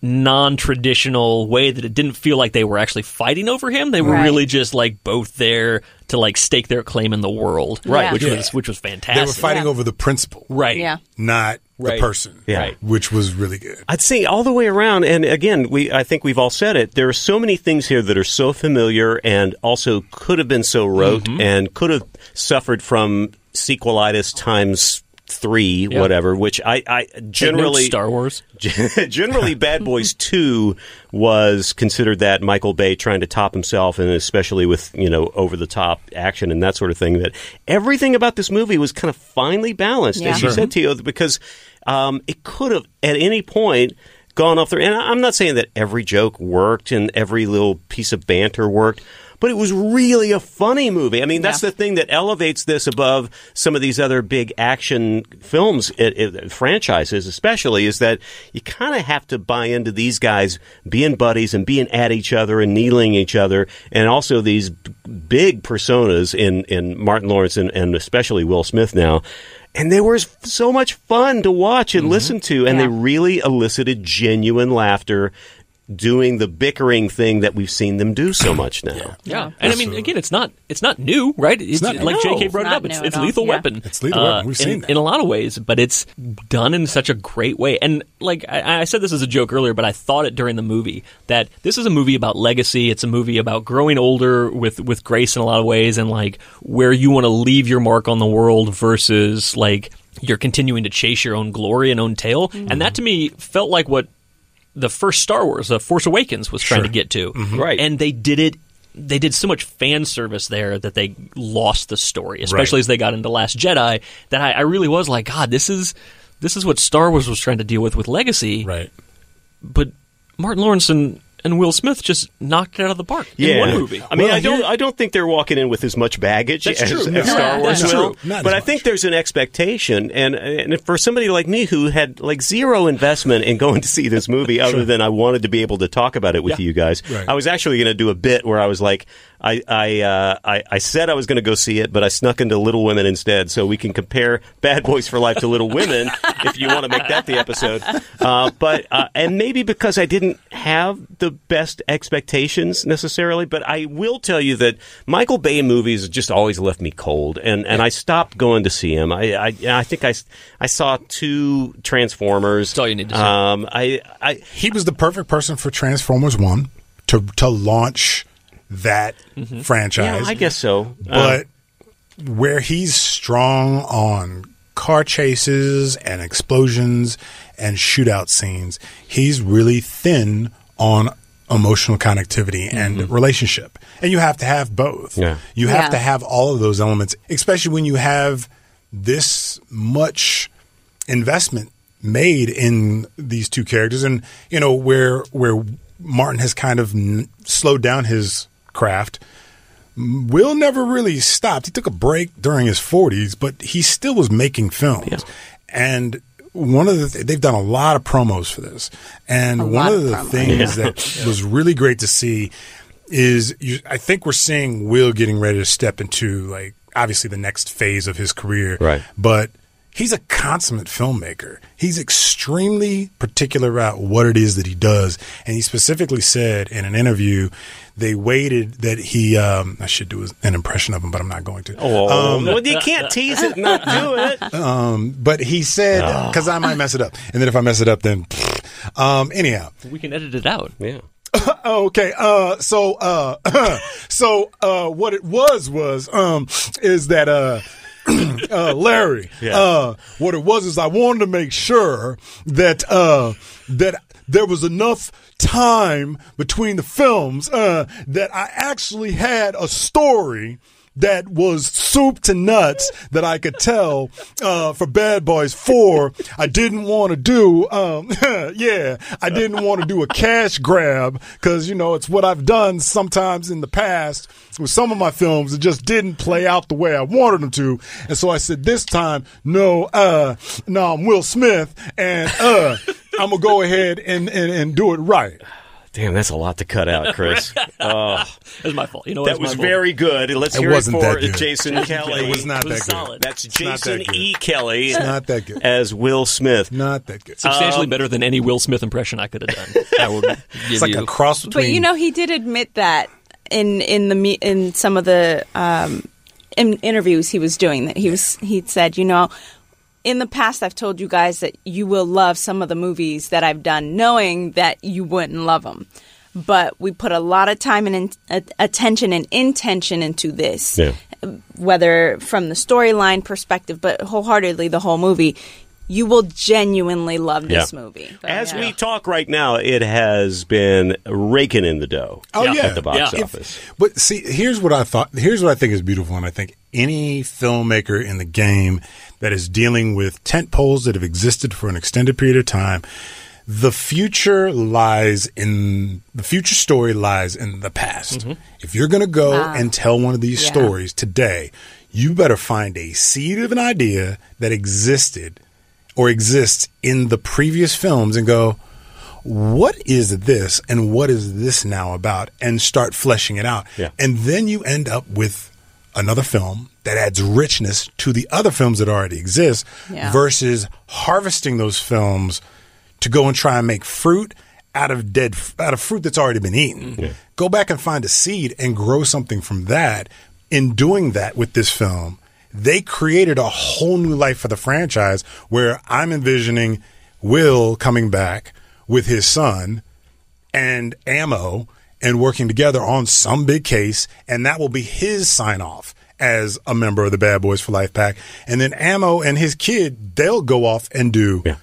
Speaker 2: non-traditional way that it didn't feel like they were actually fighting over him they were
Speaker 4: Right.
Speaker 2: really just like both there to like stake their claim in the world
Speaker 4: Right. Yeah.
Speaker 2: which
Speaker 3: Yeah.
Speaker 2: was which was fantastic
Speaker 3: they were fighting
Speaker 4: Yeah.
Speaker 3: over the principle,
Speaker 2: right
Speaker 4: yeah
Speaker 3: not
Speaker 2: Right.
Speaker 3: the person.
Speaker 1: Yeah. Right.
Speaker 3: Which was really good.
Speaker 1: I'd say all the way around, and again, we I think we've all said it. There are so many things here that are so familiar, and also could have been so rote,
Speaker 2: Mm-hmm.
Speaker 1: and could have suffered from sequelitis times three, whatever. Which I, I
Speaker 2: Take notes,
Speaker 1: generally
Speaker 2: Star Wars
Speaker 1: generally Bad Boys Two was considered that Michael Bay trying to top himself, and especially with you know over the top action and that sort of thing. That everything about this movie was kind of finely balanced,
Speaker 4: Yeah.
Speaker 1: as you
Speaker 4: Sure.
Speaker 1: said, Tio, because um, it could have at any point. Gone off there, and I- I'm not saying that every joke worked and every little piece of banter worked, but it was really a funny movie. I mean, that's the thing that elevates this above some of these other big action films it, it, franchises, especially, is that you kind of have to buy into these guys being buddies and being at each other and kneeling each other, and also these b- big personas in in Martin Lawrence and, and especially Will Smith now. And they were s- so much fun to watch and listen to, and they
Speaker 4: Yeah.
Speaker 1: really elicited genuine laughter doing the bickering thing that we've seen them do so much now.
Speaker 2: yeah and I mean again it's not it's not new right it's,
Speaker 3: not
Speaker 2: like
Speaker 3: new.
Speaker 2: JK
Speaker 4: It's
Speaker 2: brought it
Speaker 4: not
Speaker 2: up it's,
Speaker 4: new
Speaker 2: it's
Speaker 4: at all.
Speaker 2: Lethal
Speaker 4: Yeah.
Speaker 2: Weapon Uh,
Speaker 3: It's Lethal Weapon. We've
Speaker 2: in,
Speaker 3: seen that.
Speaker 2: in a lot of ways but it's done in such a great way and like I, I said this as a joke earlier but I thought it during the movie that this is a movie about legacy it's a movie about growing older with with grace in a lot of ways and like where you want to leave your mark on the world versus like you're continuing to chase your own glory and own tail
Speaker 4: Mm-hmm.
Speaker 2: and that to me felt like what the first Star Wars, The Force Awakens, was trying to get to.
Speaker 3: Mm-hmm.
Speaker 1: Right.
Speaker 2: And they did it. They did so much fan service there that they lost the story, especially
Speaker 3: Right.
Speaker 2: as they got into Last Jedi. That I, I really was like, God, this is this is what Star Wars was trying to deal with with Legacy.
Speaker 3: Right.
Speaker 2: But Martin Lawrence and, and Will Smith just knocked it out of the park in one movie.
Speaker 1: I mean,
Speaker 3: Well,
Speaker 1: I don't.
Speaker 3: here-
Speaker 1: I don't think they're walking in with as much baggage
Speaker 2: That's
Speaker 1: as,
Speaker 2: true.
Speaker 1: as
Speaker 2: No,
Speaker 1: Star Wars
Speaker 2: that's
Speaker 1: will.
Speaker 3: true. Not
Speaker 1: But
Speaker 3: as
Speaker 1: I
Speaker 3: much.
Speaker 1: think there's an expectation, and and for somebody like me who had like zero investment in going to see this movie, other than I wanted to be able to talk about it with
Speaker 2: Yeah.
Speaker 1: you guys,
Speaker 3: Right.
Speaker 1: I was actually going to do a bit where I was like, I I uh, I, I said I was going to go see it, but I snuck into Little Women instead, so we can compare Bad Boys for Life to Little Women if you want to make that the episode. Uh, but uh, and maybe because I didn't have the best expectations necessarily, but I will tell you that Michael Bay movies just always left me cold, and, and I stopped going to see him. I I, I think I, s- I saw two Transformers.
Speaker 2: That's all you need to see.
Speaker 1: Um, I I
Speaker 3: He was the perfect person for Transformers 1 to, to launch that
Speaker 2: Mm-hmm.
Speaker 3: franchise.
Speaker 1: yeah, I guess so. Uh,
Speaker 3: But where he's strong on car chases and explosions and shootout scenes. He's really thin on emotional connectivity and relationship. And you have to have both.
Speaker 1: Yeah.
Speaker 3: You have
Speaker 4: Yeah.
Speaker 3: to have all of those elements, especially when you have this much investment made in these two characters and you know where where Martin has kind of n- slowed down his craft Will never really stopped. He took a break during his 40s, but he still was making films. And one of the th- they've done a lot of promos for this. And
Speaker 4: A
Speaker 3: one
Speaker 4: lot
Speaker 3: of
Speaker 4: of
Speaker 3: the
Speaker 4: promos.
Speaker 3: things that was really great to see is you, I think we're seeing Will getting ready to step into like obviously the next phase of his career.
Speaker 1: Right.
Speaker 3: But he's a consummate filmmaker. He's extremely particular about what it is that he does. And he specifically said in an interview, they waited that he, um, I should do an impression of him, but I'm not going to.
Speaker 1: Oh,
Speaker 3: Um,
Speaker 1: well, you can't tease it, and not do it.
Speaker 3: But he said,
Speaker 1: Ah.
Speaker 3: because I might mess it up. And then if I mess it up, then. Um, anyhow,
Speaker 2: We can edit it out.
Speaker 1: Yeah.
Speaker 3: Oh, okay. Uh, so, uh, so, uh, what it was was, um, is that, uh, uh, Larry, uh, what it was is I wanted to make sure that, uh, that there was enough time between the films, uh, that I actually had a story that was soup to nuts that I could tell uh, for Bad Boys 4. I didn't want to do, um, yeah, I didn't want to do a cash grab because, you know, it's what I've done sometimes in the past with some of my films. It just didn't play out the way I wanted them to. And so I said, this time, no, uh, no, I'm Will Smith and, uh, I'm going to go ahead and, and, and do it right.
Speaker 1: Damn, that's a lot to cut out, Chris. Oh,
Speaker 2: That's my fault. You know what?
Speaker 1: that
Speaker 2: It's my
Speaker 1: was
Speaker 2: fault.
Speaker 1: very good. Let's
Speaker 3: It
Speaker 1: hear it
Speaker 3: wasn't
Speaker 1: for
Speaker 3: that good.
Speaker 1: Jason Kelly.
Speaker 3: It was not
Speaker 2: It was
Speaker 3: that
Speaker 2: solid.
Speaker 3: good.
Speaker 1: That's
Speaker 3: It's not
Speaker 1: Jason
Speaker 3: that good.
Speaker 1: E. Kelly
Speaker 3: It's not that good.
Speaker 1: as Will Smith.
Speaker 3: Not that good.
Speaker 2: substantially
Speaker 1: um,
Speaker 2: better than any Will Smith impression I could have done. I will give
Speaker 3: It's like
Speaker 2: you.
Speaker 3: a cross between.
Speaker 4: But you know, he did admit that in in the me- in some of the um, in interviews he was doing that he was he said, you know, in the past I've told you guys that you will love some of the movies that I've done, knowing that you wouldn't love them. But we put a lot of time and in- a- attention and intention into this,
Speaker 1: Yeah.
Speaker 4: whether from the storyline perspective, but wholeheartedly the whole movie. You will genuinely love this
Speaker 1: Yeah.
Speaker 4: movie.
Speaker 3: Oh,
Speaker 1: As
Speaker 4: Yeah.
Speaker 1: we talk right now, it has been raking in the dough
Speaker 3: Oh yeah,
Speaker 1: at the box
Speaker 2: Yeah.
Speaker 1: office.
Speaker 3: But see, here's what I thought. Here's what I think is beautiful, and I think any filmmaker in the game that is dealing with tent poles that have existed for an extended period of time, the future lies in the future story lies in the past. If you're going to go and tell one of these
Speaker 4: yeah.
Speaker 3: stories today, you better find a seed of an idea that existed or exists in the previous films and go, what is this and what is this now about and start fleshing it out
Speaker 1: Yeah.
Speaker 3: and then you end up with another film that adds richness to the other films that already exist
Speaker 4: Yeah.
Speaker 3: versus harvesting those films to go and try and make fruit out of dead out of fruit that's already been eaten go back and find a seed and grow something from that in doing that with this film they created a whole new life for the franchise where i'm envisioning will coming back with his son and ammo and working together on some big case and that will be his sign off as a member of the bad boys for life pack and then ammo and his kid they'll go off and do
Speaker 1: Yeah.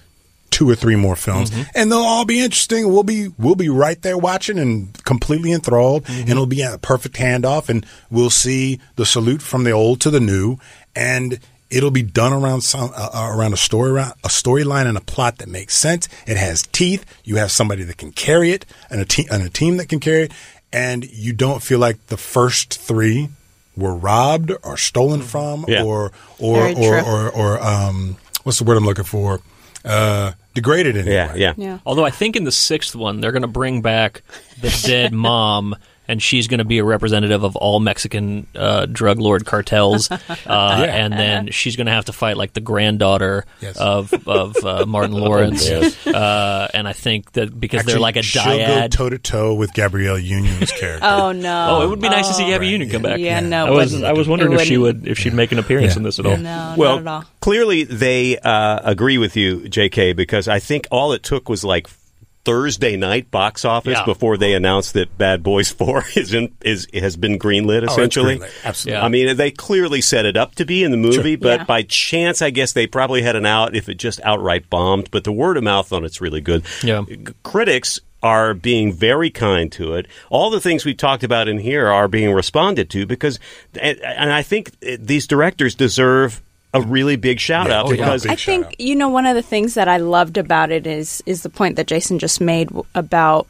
Speaker 3: two or three more films and they'll all be interesting we'll be we'll be right there watching and completely enthralled and it'll be a perfect handoff and we'll see the salute from the old to the new and it'll be done around some uh, uh, around a story around a storyline and a plot that makes sense it has teeth you have somebody that can carry it and a team and a team that can carry it and you don't feel like the first 3 were robbed or stolen from
Speaker 1: Yeah.
Speaker 3: or or
Speaker 4: Very
Speaker 3: or,
Speaker 4: true.
Speaker 3: or or um what's the word I'm looking for? Uh degraded in any
Speaker 1: Yeah,
Speaker 3: way.
Speaker 1: yeah.
Speaker 4: yeah.
Speaker 2: Although I think in the sixth one they're going to bring back the dead mom, and she's going to be a representative of all Mexican uh, drug lord cartels, uh, and then she's going to have to fight like the granddaughter
Speaker 3: Yes.
Speaker 2: of of uh, Martin Lawrence.
Speaker 1: Yes.
Speaker 2: uh, and I think that because they're like a
Speaker 3: she'll go
Speaker 2: dyad.
Speaker 3: toe to toe with Gabrielle Union's character.
Speaker 4: Oh no!
Speaker 2: oh, it would be nice to see Gabby Union come back.
Speaker 4: Yeah, no,
Speaker 2: I
Speaker 4: it
Speaker 2: was
Speaker 4: wouldn't.
Speaker 2: I was wondering
Speaker 4: It
Speaker 2: if she
Speaker 4: wouldn't.
Speaker 2: would if she'd make an appearance in this at all.
Speaker 4: No,
Speaker 1: Oh, well,
Speaker 4: not at all.
Speaker 1: clearly they uh, agree with you, J.K., because I think all it took was like Thursday night box office
Speaker 2: Yeah.
Speaker 1: before they announced that Bad Boys Four is in, is has been greenlit.
Speaker 3: Oh, it's
Speaker 1: Essentially,
Speaker 3: greenlit. Absolutely.
Speaker 2: Yeah.
Speaker 1: I mean, they clearly set it up to be in the movie, but
Speaker 4: Yeah.
Speaker 1: by chance, I guess they probably had an out if it just outright bombed. But the word of mouth on it's really good.
Speaker 2: Yeah.
Speaker 1: C- critics are being very kind to it. All the things we've talked about in here are being responded to because, and, and I think eh, these directors deserve a really big shout
Speaker 3: Yeah.
Speaker 1: out
Speaker 3: Oh, yeah.
Speaker 1: because
Speaker 3: Big
Speaker 4: I
Speaker 3: shout
Speaker 4: think
Speaker 3: out.
Speaker 4: you know one of the things that I loved about it is is the point that Jason just made w- about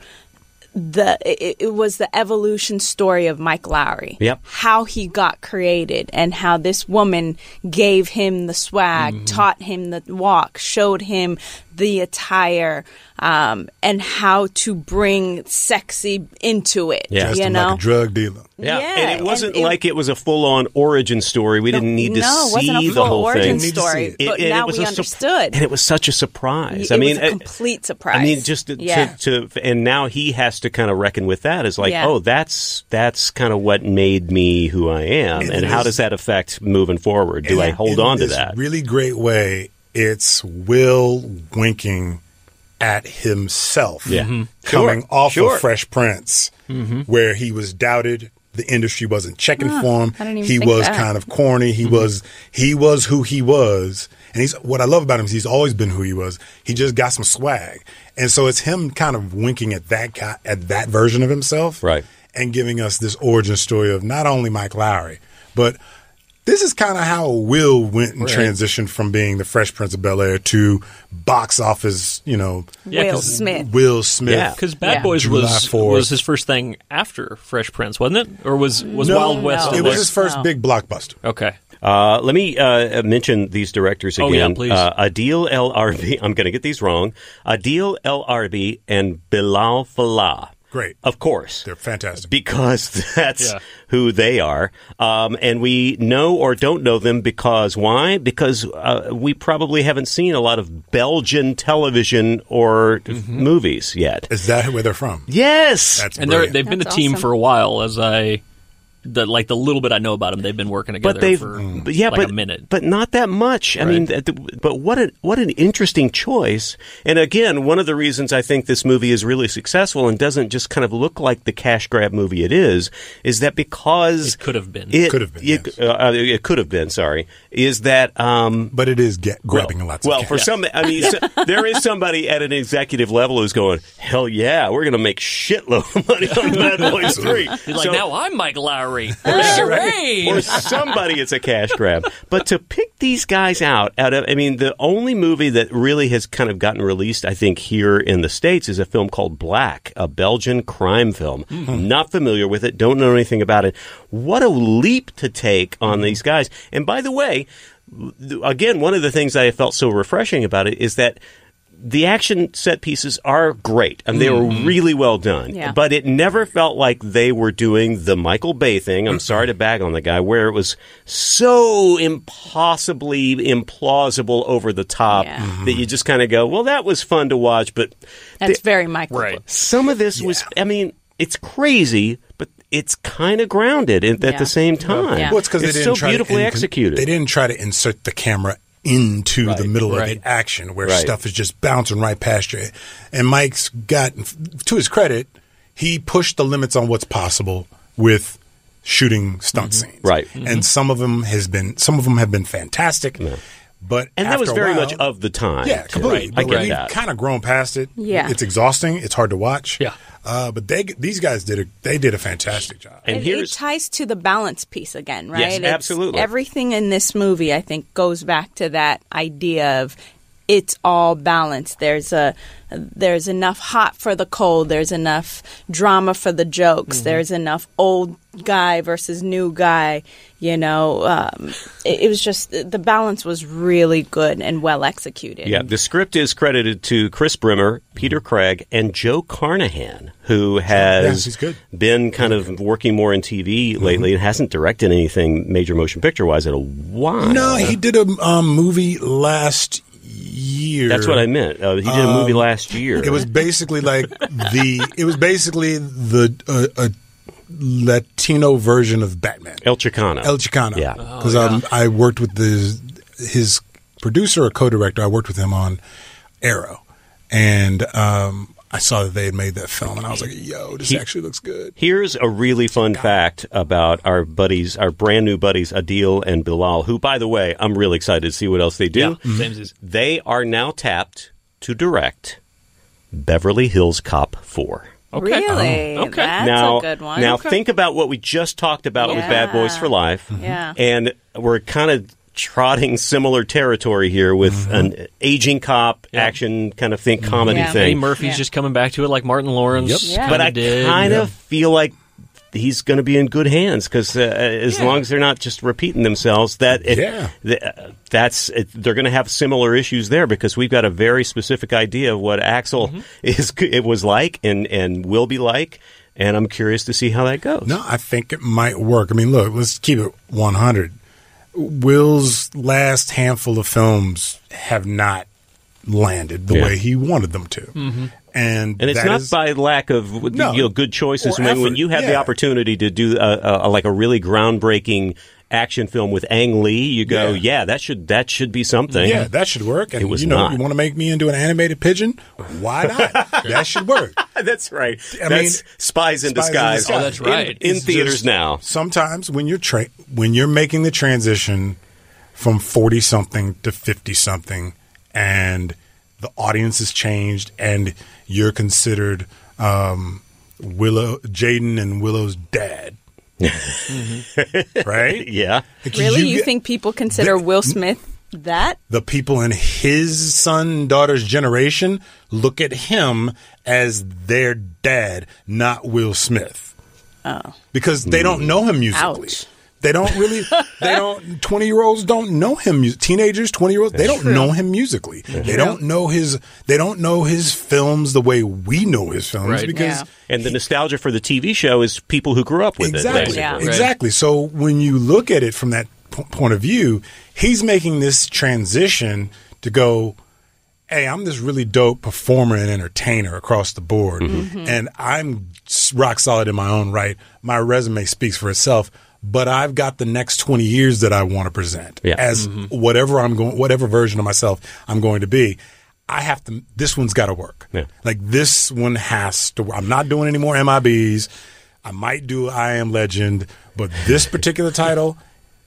Speaker 4: the it, it was the evolution story of Mike Lowry.
Speaker 1: Yep.
Speaker 4: How he got created and how this woman gave him the swag,
Speaker 1: Mm-hmm.
Speaker 4: taught him the walk, showed him the attire, um, and how to bring sexy into it.
Speaker 1: Yeah.
Speaker 3: Dressed
Speaker 4: You
Speaker 3: him
Speaker 4: know.
Speaker 3: like a drug dealer.
Speaker 1: Yeah, and it wasn't
Speaker 4: and
Speaker 1: like it was a full-on origin story. We didn't need to
Speaker 4: no, it
Speaker 1: see
Speaker 4: wasn't a
Speaker 1: the
Speaker 4: full
Speaker 1: whole
Speaker 4: origin
Speaker 1: thing.
Speaker 3: Didn't need to
Speaker 4: story,
Speaker 3: see it.
Speaker 1: It-
Speaker 4: but
Speaker 1: and it
Speaker 4: now
Speaker 1: was
Speaker 4: we
Speaker 1: a sur-
Speaker 4: understood.
Speaker 1: and it was such a surprise.
Speaker 4: It
Speaker 1: I
Speaker 4: was
Speaker 1: mean,
Speaker 4: a
Speaker 1: it-
Speaker 4: complete surprise.
Speaker 1: I mean, just to,
Speaker 4: Yeah.
Speaker 1: to, to and now he has to kind of reckon with that. Is like,
Speaker 4: Yeah.
Speaker 1: oh, that's that's kind of what made me who I am,
Speaker 3: And
Speaker 1: and,
Speaker 3: it
Speaker 1: how
Speaker 3: is-
Speaker 1: does that affect moving forward? Do I
Speaker 3: in-
Speaker 1: hold
Speaker 3: in
Speaker 1: on to
Speaker 3: this
Speaker 1: that?
Speaker 3: Really great way. It's Will winking at himself.
Speaker 1: Yeah. Mhm.
Speaker 3: Coming
Speaker 1: Sure,
Speaker 3: off
Speaker 1: sure.
Speaker 3: of Fresh Prince, where he was doubted. The industry wasn't checking for him.
Speaker 4: I didn't even
Speaker 3: he
Speaker 4: think
Speaker 3: was
Speaker 4: that.
Speaker 3: kind of corny. He was he was who he was. And he's what I love about him is he's always been who he was. He just got some swag. And so it's him kind of winking at that guy, at that version of himself
Speaker 1: Right.
Speaker 3: and giving us this origin story of not only Mike Lowry, but this is kind of how Will went and transitioned from being the Fresh Prince of Bel Air to box office, you know,
Speaker 2: Yeah,
Speaker 4: Will
Speaker 2: 'cause-
Speaker 4: Smith.
Speaker 3: Will Smith.
Speaker 1: Yeah.
Speaker 2: Because Bad
Speaker 4: Yeah.
Speaker 2: Boys
Speaker 3: July
Speaker 2: was
Speaker 3: 4th.
Speaker 2: was his first thing after Fresh Prince, wasn't it? Or was was
Speaker 3: No,
Speaker 2: Wild West?
Speaker 3: It
Speaker 2: in
Speaker 3: was
Speaker 2: there?
Speaker 3: his first big blockbuster.
Speaker 2: okay.
Speaker 1: Uh, let me uh, mention these directors
Speaker 2: Oh,
Speaker 1: again.
Speaker 2: yeah, please.
Speaker 1: Uh, Adil El Arbi. I'm going to get these wrong. Adil El Arbi and Bilal Falah.
Speaker 3: Great.
Speaker 1: Of course.
Speaker 3: They're fantastic.
Speaker 1: because that's
Speaker 2: Yeah.
Speaker 1: who they are. Um, and we know or don't know them because why? Because uh, we probably haven't seen a lot of Belgian television or movies yet.
Speaker 3: is that where they're from?
Speaker 1: Yes.
Speaker 3: That's
Speaker 2: And they're,
Speaker 3: brilliant.
Speaker 2: they've been a
Speaker 4: That's
Speaker 2: team
Speaker 4: awesome.
Speaker 2: for a while. As I, the like the little bit I know about them, they've been working together
Speaker 1: but they've,
Speaker 2: for
Speaker 1: but yeah,
Speaker 2: like
Speaker 1: but
Speaker 2: a minute.
Speaker 1: but not that much. I mean, th- th- but what an what an interesting choice. And again, one of the reasons I think this movie is really successful and doesn't just kind of look like the cash grab movie it is, is that because
Speaker 2: It could have been.
Speaker 1: it
Speaker 3: Could have been,
Speaker 1: it,
Speaker 3: yes.
Speaker 1: uh, it could have been. Sorry, is that um,
Speaker 3: but it is get, grabbing
Speaker 1: well,
Speaker 3: lots
Speaker 1: well,
Speaker 3: of cash.
Speaker 1: for some, I mean, so- there is somebody at an executive level who's going, "Hell yeah, we're going to make shitload of money on Bad Boys 3.
Speaker 2: He's like
Speaker 1: So-
Speaker 2: now I'm Mike Lowry. Make it rain.
Speaker 1: or somebody it's a cash grab. But to pick these guys out out of I mean the only movie that really has kind of gotten released I think here in the states is a film called Black, a Belgian crime film. Not familiar with it, don't know anything about it. What a leap to take on these guys. And by the way, th- again, one of the things I felt so refreshing about it is that the action set pieces are great and they
Speaker 3: Mm-hmm.
Speaker 1: were really well done.
Speaker 4: Yeah.
Speaker 1: But it never felt like they were doing the Michael Bay thing. I'm sorry to bag on the guy, where it was so impossibly implausible over the top
Speaker 4: Yeah.
Speaker 3: Mm-hmm.
Speaker 4: Mhm.
Speaker 1: that you just kind of go, well, that was fun to watch, but
Speaker 4: That's very Michael.
Speaker 2: Right.
Speaker 1: some of this was, I mean, it's crazy, but it's kind of grounded at, at
Speaker 4: Yeah.
Speaker 1: the same time.
Speaker 4: Yeah.
Speaker 3: Well, it's because they didn't
Speaker 1: so
Speaker 3: try
Speaker 1: beautifully
Speaker 3: to in-
Speaker 1: executed.
Speaker 3: They didn't try to insert the camera into the middle
Speaker 2: right.
Speaker 3: of the action where
Speaker 1: Right.
Speaker 3: stuff is just bouncing right past you. And Mike's got, to his credit, he pushed the limits on what's possible with shooting stunt scenes.
Speaker 1: Mm-hmm. Right.
Speaker 3: and some of them has been some of them have been fantastic, but
Speaker 1: and that was
Speaker 3: after a
Speaker 1: very
Speaker 3: while-
Speaker 1: much of the time.
Speaker 3: yeah,
Speaker 1: too.
Speaker 3: completely.
Speaker 1: I
Speaker 3: But
Speaker 1: get
Speaker 3: we've
Speaker 1: that.
Speaker 3: kind of grown past it.
Speaker 4: Yeah.
Speaker 3: it's exhausting. It's hard to watch.
Speaker 2: Yeah.
Speaker 3: uh, but they these guys did a they did a fantastic job.
Speaker 1: and
Speaker 4: it,
Speaker 1: here's
Speaker 4: it ties to the balance piece again, right?
Speaker 1: Yes,
Speaker 4: It's-
Speaker 1: absolutely.
Speaker 4: Everything in this movie, I think, goes back to that idea of it's all balanced. There's a there's enough hot for the cold. There's enough drama for the
Speaker 1: Mm-hmm.
Speaker 4: jokes. There's enough old guy versus new guy. You know, um, it, it was just the balance was really good and well executed.
Speaker 1: Yeah, the script is credited to Chris Brimmer, Peter Craig, and Joe Carnahan, who has
Speaker 3: Yeah, he's good. Mm-hmm.
Speaker 1: been kind of working more in TV lately and hasn't directed anything major motion picture wise in a while.
Speaker 3: No, he did a um, movie last year.
Speaker 1: That's what I meant. Uh, he did a movie last year.
Speaker 3: Um, It was basically like the. It was basically the uh, a Latino version of Batman.
Speaker 1: El Chicano.
Speaker 3: El Chicano.
Speaker 1: Yeah.
Speaker 3: because um, I worked with the his producer or co-director. I worked with him on Arrow, and um, I saw that they had made that film, and I was like, "Yo, this actually looks good."
Speaker 1: Here's a really fun fact about our buddies, our brand new buddies, Adil and Bilal, who, by the way, I'm really excited to see what else they do.
Speaker 2: Yeah, James is.
Speaker 1: They are now tapped to direct Beverly Hills Cop 4.
Speaker 2: Okay.
Speaker 4: Really?
Speaker 2: Okay.
Speaker 4: That's
Speaker 1: now,
Speaker 4: a good one.
Speaker 1: now
Speaker 4: Uh-huh. Okay.
Speaker 1: think about what we just talked about with
Speaker 4: Yeah. Mm-hmm.
Speaker 1: Bad Boys for Life.
Speaker 4: Yeah.
Speaker 1: And we're kind of trotting similar territory here with an aging cop action kind of thing, comedy
Speaker 4: Yeah.
Speaker 2: Eddie
Speaker 1: thing.
Speaker 2: Murphy's
Speaker 4: Yeah.
Speaker 2: just coming back to it like Martin Lawrence.
Speaker 3: Yep.
Speaker 4: Yeah.
Speaker 1: but I
Speaker 2: did.
Speaker 1: kind of feel like he's going to be in good hands because uh, as long as they're not just repeating themselves, that it,
Speaker 3: Yeah.
Speaker 1: th- uh, that's it, they're going to have similar issues there because we've got a very specific idea of what Axel is it was like and and will be like, and I'm curious to see how that goes.
Speaker 3: No, I think it might work. I mean, look, let's keep it 100. Will's last handful of films have not landed the
Speaker 1: Yeah. Mm-hmm.
Speaker 3: way he wanted them to. And,
Speaker 1: And it's
Speaker 3: that
Speaker 1: not
Speaker 3: is-
Speaker 1: by lack of
Speaker 3: No.
Speaker 1: you know, good choices.
Speaker 3: Or
Speaker 1: When, when
Speaker 3: effort,
Speaker 1: you have the
Speaker 3: yeah.
Speaker 1: opportunity to do a, a, like a really groundbreaking action film with Ang Lee, you go, yeah,
Speaker 3: Yeah.
Speaker 1: that should that should be something.
Speaker 3: Yeah, that should work. And
Speaker 1: It was
Speaker 3: you know,
Speaker 1: not.
Speaker 3: you want to make me into an animated pigeon? Why not? that should work.
Speaker 1: That's right.
Speaker 3: I
Speaker 1: that's
Speaker 3: mean,
Speaker 1: spies in
Speaker 3: Spies in
Speaker 1: disguise.
Speaker 3: Disguise. Oh, that's
Speaker 1: In-
Speaker 2: right.
Speaker 1: In,
Speaker 3: It's
Speaker 1: theaters
Speaker 3: just-
Speaker 1: now.
Speaker 3: Sometimes when you're tra- when you're making the transition from 40 something to 50 something and the audience has changed and you're considered um, Willow Jaden and Willow's dad. right?
Speaker 1: Yeah.
Speaker 3: Like,
Speaker 4: Really? You,
Speaker 3: get-
Speaker 4: think people consider Will Smith that?
Speaker 3: the people in his son and daughter's generation look at him as their dad, not Will Smith. Oh. Because they don't know him musically.
Speaker 4: Ouch.
Speaker 3: They don't really they don't 20-year-olds don't know him mu- teenagers, 20-year-olds, they don't know him musically. They don't know his they don't know his films the way we know his films
Speaker 2: Right.
Speaker 3: because
Speaker 4: Yeah.
Speaker 1: And the nostalgia for the TV show is people who grew up with
Speaker 3: exactly.
Speaker 1: it.
Speaker 4: Yeah.
Speaker 1: basically.
Speaker 4: Right.
Speaker 3: Exactly. So when you look at it from that p- point of view, he's making this transition to go, hey, I'm this really dope performer and entertainer across the board, Mm-hmm. and I'm s- rock solid in my own right. My resume speaks for itself. But I've got the next 20 years that I want to present
Speaker 1: Yeah.
Speaker 3: as Mm-hmm. whatever I'm going, whatever version of myself I'm going to be. I have to. This one's got to work.
Speaker 1: Yeah.
Speaker 3: Like this one has to. I'm not doing any more MIBs. I might do I Am Legend, but this particular title,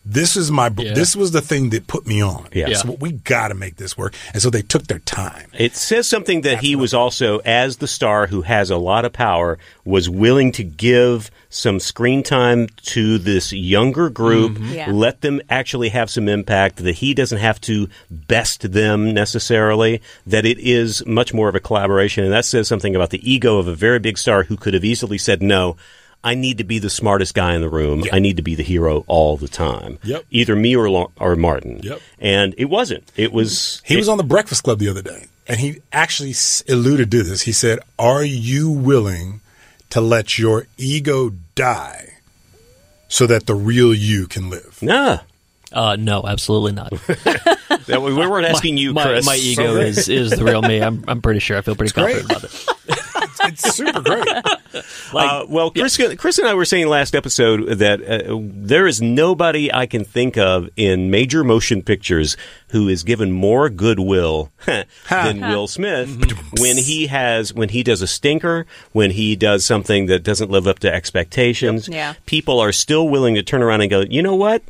Speaker 3: this is my.
Speaker 2: Yeah.
Speaker 3: This was the thing that put me on.
Speaker 1: Yeah.
Speaker 3: So we got to make this work, and so they took their time.
Speaker 1: It says something that he was also, as the star who has a lot of power, was willing to give some screen time to this younger group,
Speaker 3: Mm-hmm.
Speaker 4: Yeah.
Speaker 1: let them actually have some impact, that he doesn't have to best them necessarily, that it is much more of a collaboration. And that says something about the ego of a very big star who could have easily said, no. I need to be the smartest guy in the room. I need to be the hero all the time.
Speaker 3: Yep.
Speaker 1: Either me or Lo- or Martin.
Speaker 3: Yep.
Speaker 1: And it wasn't. It was
Speaker 3: He was on the Breakfast Club the other day, and he actually s- alluded to this. He said, "Are you willing to let your ego die so that the real you can live?"
Speaker 1: Nah.
Speaker 2: Uh, no, absolutely not.
Speaker 1: That we we weren't asking you,
Speaker 2: my,
Speaker 1: Chris.
Speaker 2: My ego is, is the real me. I'm, I'm pretty sure. I feel pretty
Speaker 3: great.
Speaker 2: confident about it.
Speaker 3: It's super great.
Speaker 1: Uh, well, Chris, Chris and I were saying last episode that uh, there is nobody I can think of in major motion pictures who is given more goodwill than Will Smith when he has when he does a stinker, when he does something that doesn't live up to expectations.
Speaker 4: Yeah.
Speaker 1: people are still willing to turn around and go, you know what?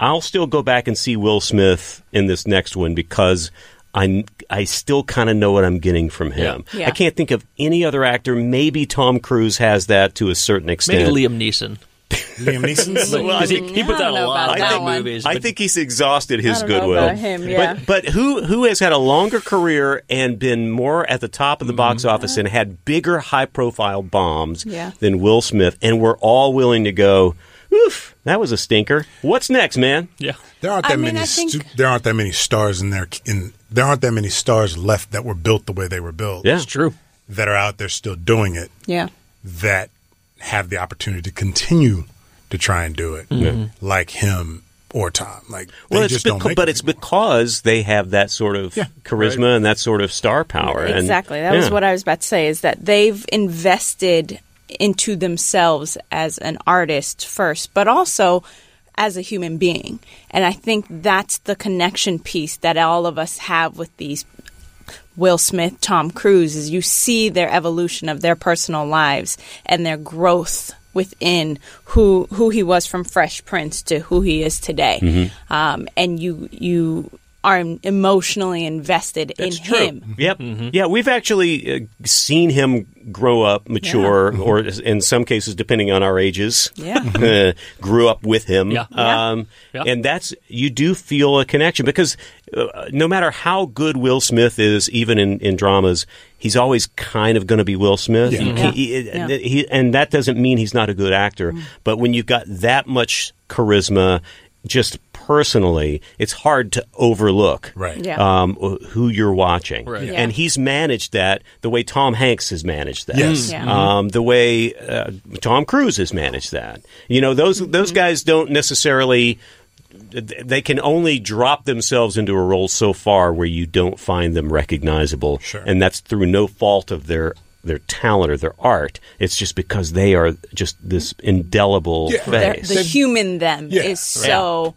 Speaker 1: I'll still go back and see Will Smith in this next one because I, I still kind of know what I'm getting from him.
Speaker 4: Yeah. Yeah.
Speaker 1: I can't think of any other actor. Maybe Tom Cruise has that to a certain extent.
Speaker 2: Maybe Liam Neeson.
Speaker 3: Liam Neeson's
Speaker 1: Well, I
Speaker 2: Because he,
Speaker 1: think-
Speaker 2: he
Speaker 4: I
Speaker 2: puts out
Speaker 4: don't
Speaker 2: a
Speaker 4: know
Speaker 2: lot
Speaker 4: about
Speaker 2: of
Speaker 4: that
Speaker 2: bad
Speaker 4: one.
Speaker 2: movies.
Speaker 1: I
Speaker 2: but-
Speaker 1: think he's exhausted his
Speaker 4: I don't know
Speaker 1: goodwill.
Speaker 4: about him, yeah.
Speaker 1: But but who who has had a longer career and been more at the top of the box
Speaker 3: Mm-hmm.
Speaker 1: office and had bigger high profile bombs
Speaker 4: Yeah.
Speaker 1: than Will Smith and we're all willing to go, Oof, that was a stinker. What's next, man?
Speaker 2: yeah.
Speaker 3: There aren't
Speaker 4: I
Speaker 3: that
Speaker 4: mean,
Speaker 3: many.
Speaker 4: I think-
Speaker 3: stu- there aren't that many stars in there. In there aren't that many stars left that were built the way they were built.
Speaker 1: Yeah.
Speaker 2: It's true.
Speaker 3: That are out there still doing it.
Speaker 4: Yeah.
Speaker 3: That have the opportunity to continue to try and do it, Mm-hmm. like him or Tom. Like they
Speaker 1: Well, it's
Speaker 3: just
Speaker 1: beca-
Speaker 3: don't. Make
Speaker 1: but
Speaker 3: it
Speaker 1: it's
Speaker 3: anymore.
Speaker 1: because they have that sort of
Speaker 3: Yeah.
Speaker 1: charisma and that sort of star power. and-
Speaker 4: Exactly. That was
Speaker 1: yeah.
Speaker 4: what I was about to say is that they've invested into themselves as an artist first, but also as a human being. And I think that's the connection piece that all of us have with these Will Smith, Tom Cruise, is you see their evolution of their personal lives and their growth within who who he was from Fresh Prince to who he is today,
Speaker 1: Mm-hmm.
Speaker 4: um, and you you are emotionally invested
Speaker 1: That's
Speaker 4: in
Speaker 1: true. Mm-hmm.
Speaker 4: him.
Speaker 1: Yep. Yeah, we've actually uh, seen him grow up, mature, or in some cases, depending on our ages,
Speaker 4: Yeah.
Speaker 1: uh, grew up with him.
Speaker 2: Yeah.
Speaker 4: Yeah.
Speaker 1: Um,
Speaker 2: Yeah.
Speaker 1: And that's, you do feel a connection because uh, no matter how good Will Smith is, even in, in dramas, he's always kind of going to be Will Smith.
Speaker 3: Yeah.
Speaker 1: He-
Speaker 3: Yeah.
Speaker 1: he-
Speaker 4: Yeah. Mm.
Speaker 1: he- he- and that doesn't mean he's not a good actor, but when you've got that much charisma, just personally, it's hard to overlook
Speaker 3: Right.
Speaker 4: Yeah.
Speaker 1: um, who you're watching.
Speaker 2: Right.
Speaker 4: Yeah.
Speaker 1: And he's managed that the way Tom Hanks has managed that.
Speaker 3: Yes. Mm-hmm.
Speaker 4: Yeah.
Speaker 1: Um, the way uh, Tom Cruise has managed that. You know, those
Speaker 4: Mm-hmm.
Speaker 1: those guys don't necessarily. They can only drop themselves into a role so far where you don't find them recognizable,
Speaker 3: Sure.
Speaker 1: and that's through no fault of their their talent or their art. It's just because they are just this indelible
Speaker 3: Yeah.
Speaker 4: Their-
Speaker 1: face.
Speaker 4: the human them
Speaker 3: Yeah.
Speaker 4: is so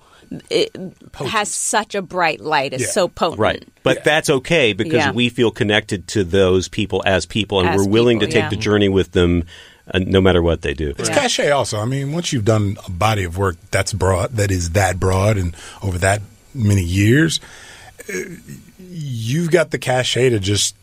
Speaker 4: it has such a bright light. It's
Speaker 3: Yeah.
Speaker 4: so potent.
Speaker 1: Right. But that's okay because
Speaker 4: Yeah.
Speaker 1: we feel connected to those people as people and
Speaker 4: As
Speaker 1: we're willing to
Speaker 4: people,
Speaker 1: take
Speaker 4: yeah.
Speaker 1: the journey with them uh, no matter what they do.
Speaker 3: It's cachet also. I mean, once you've done a body of work that's broad, that is that broad, and over that many years, uh, you've got the cachet to just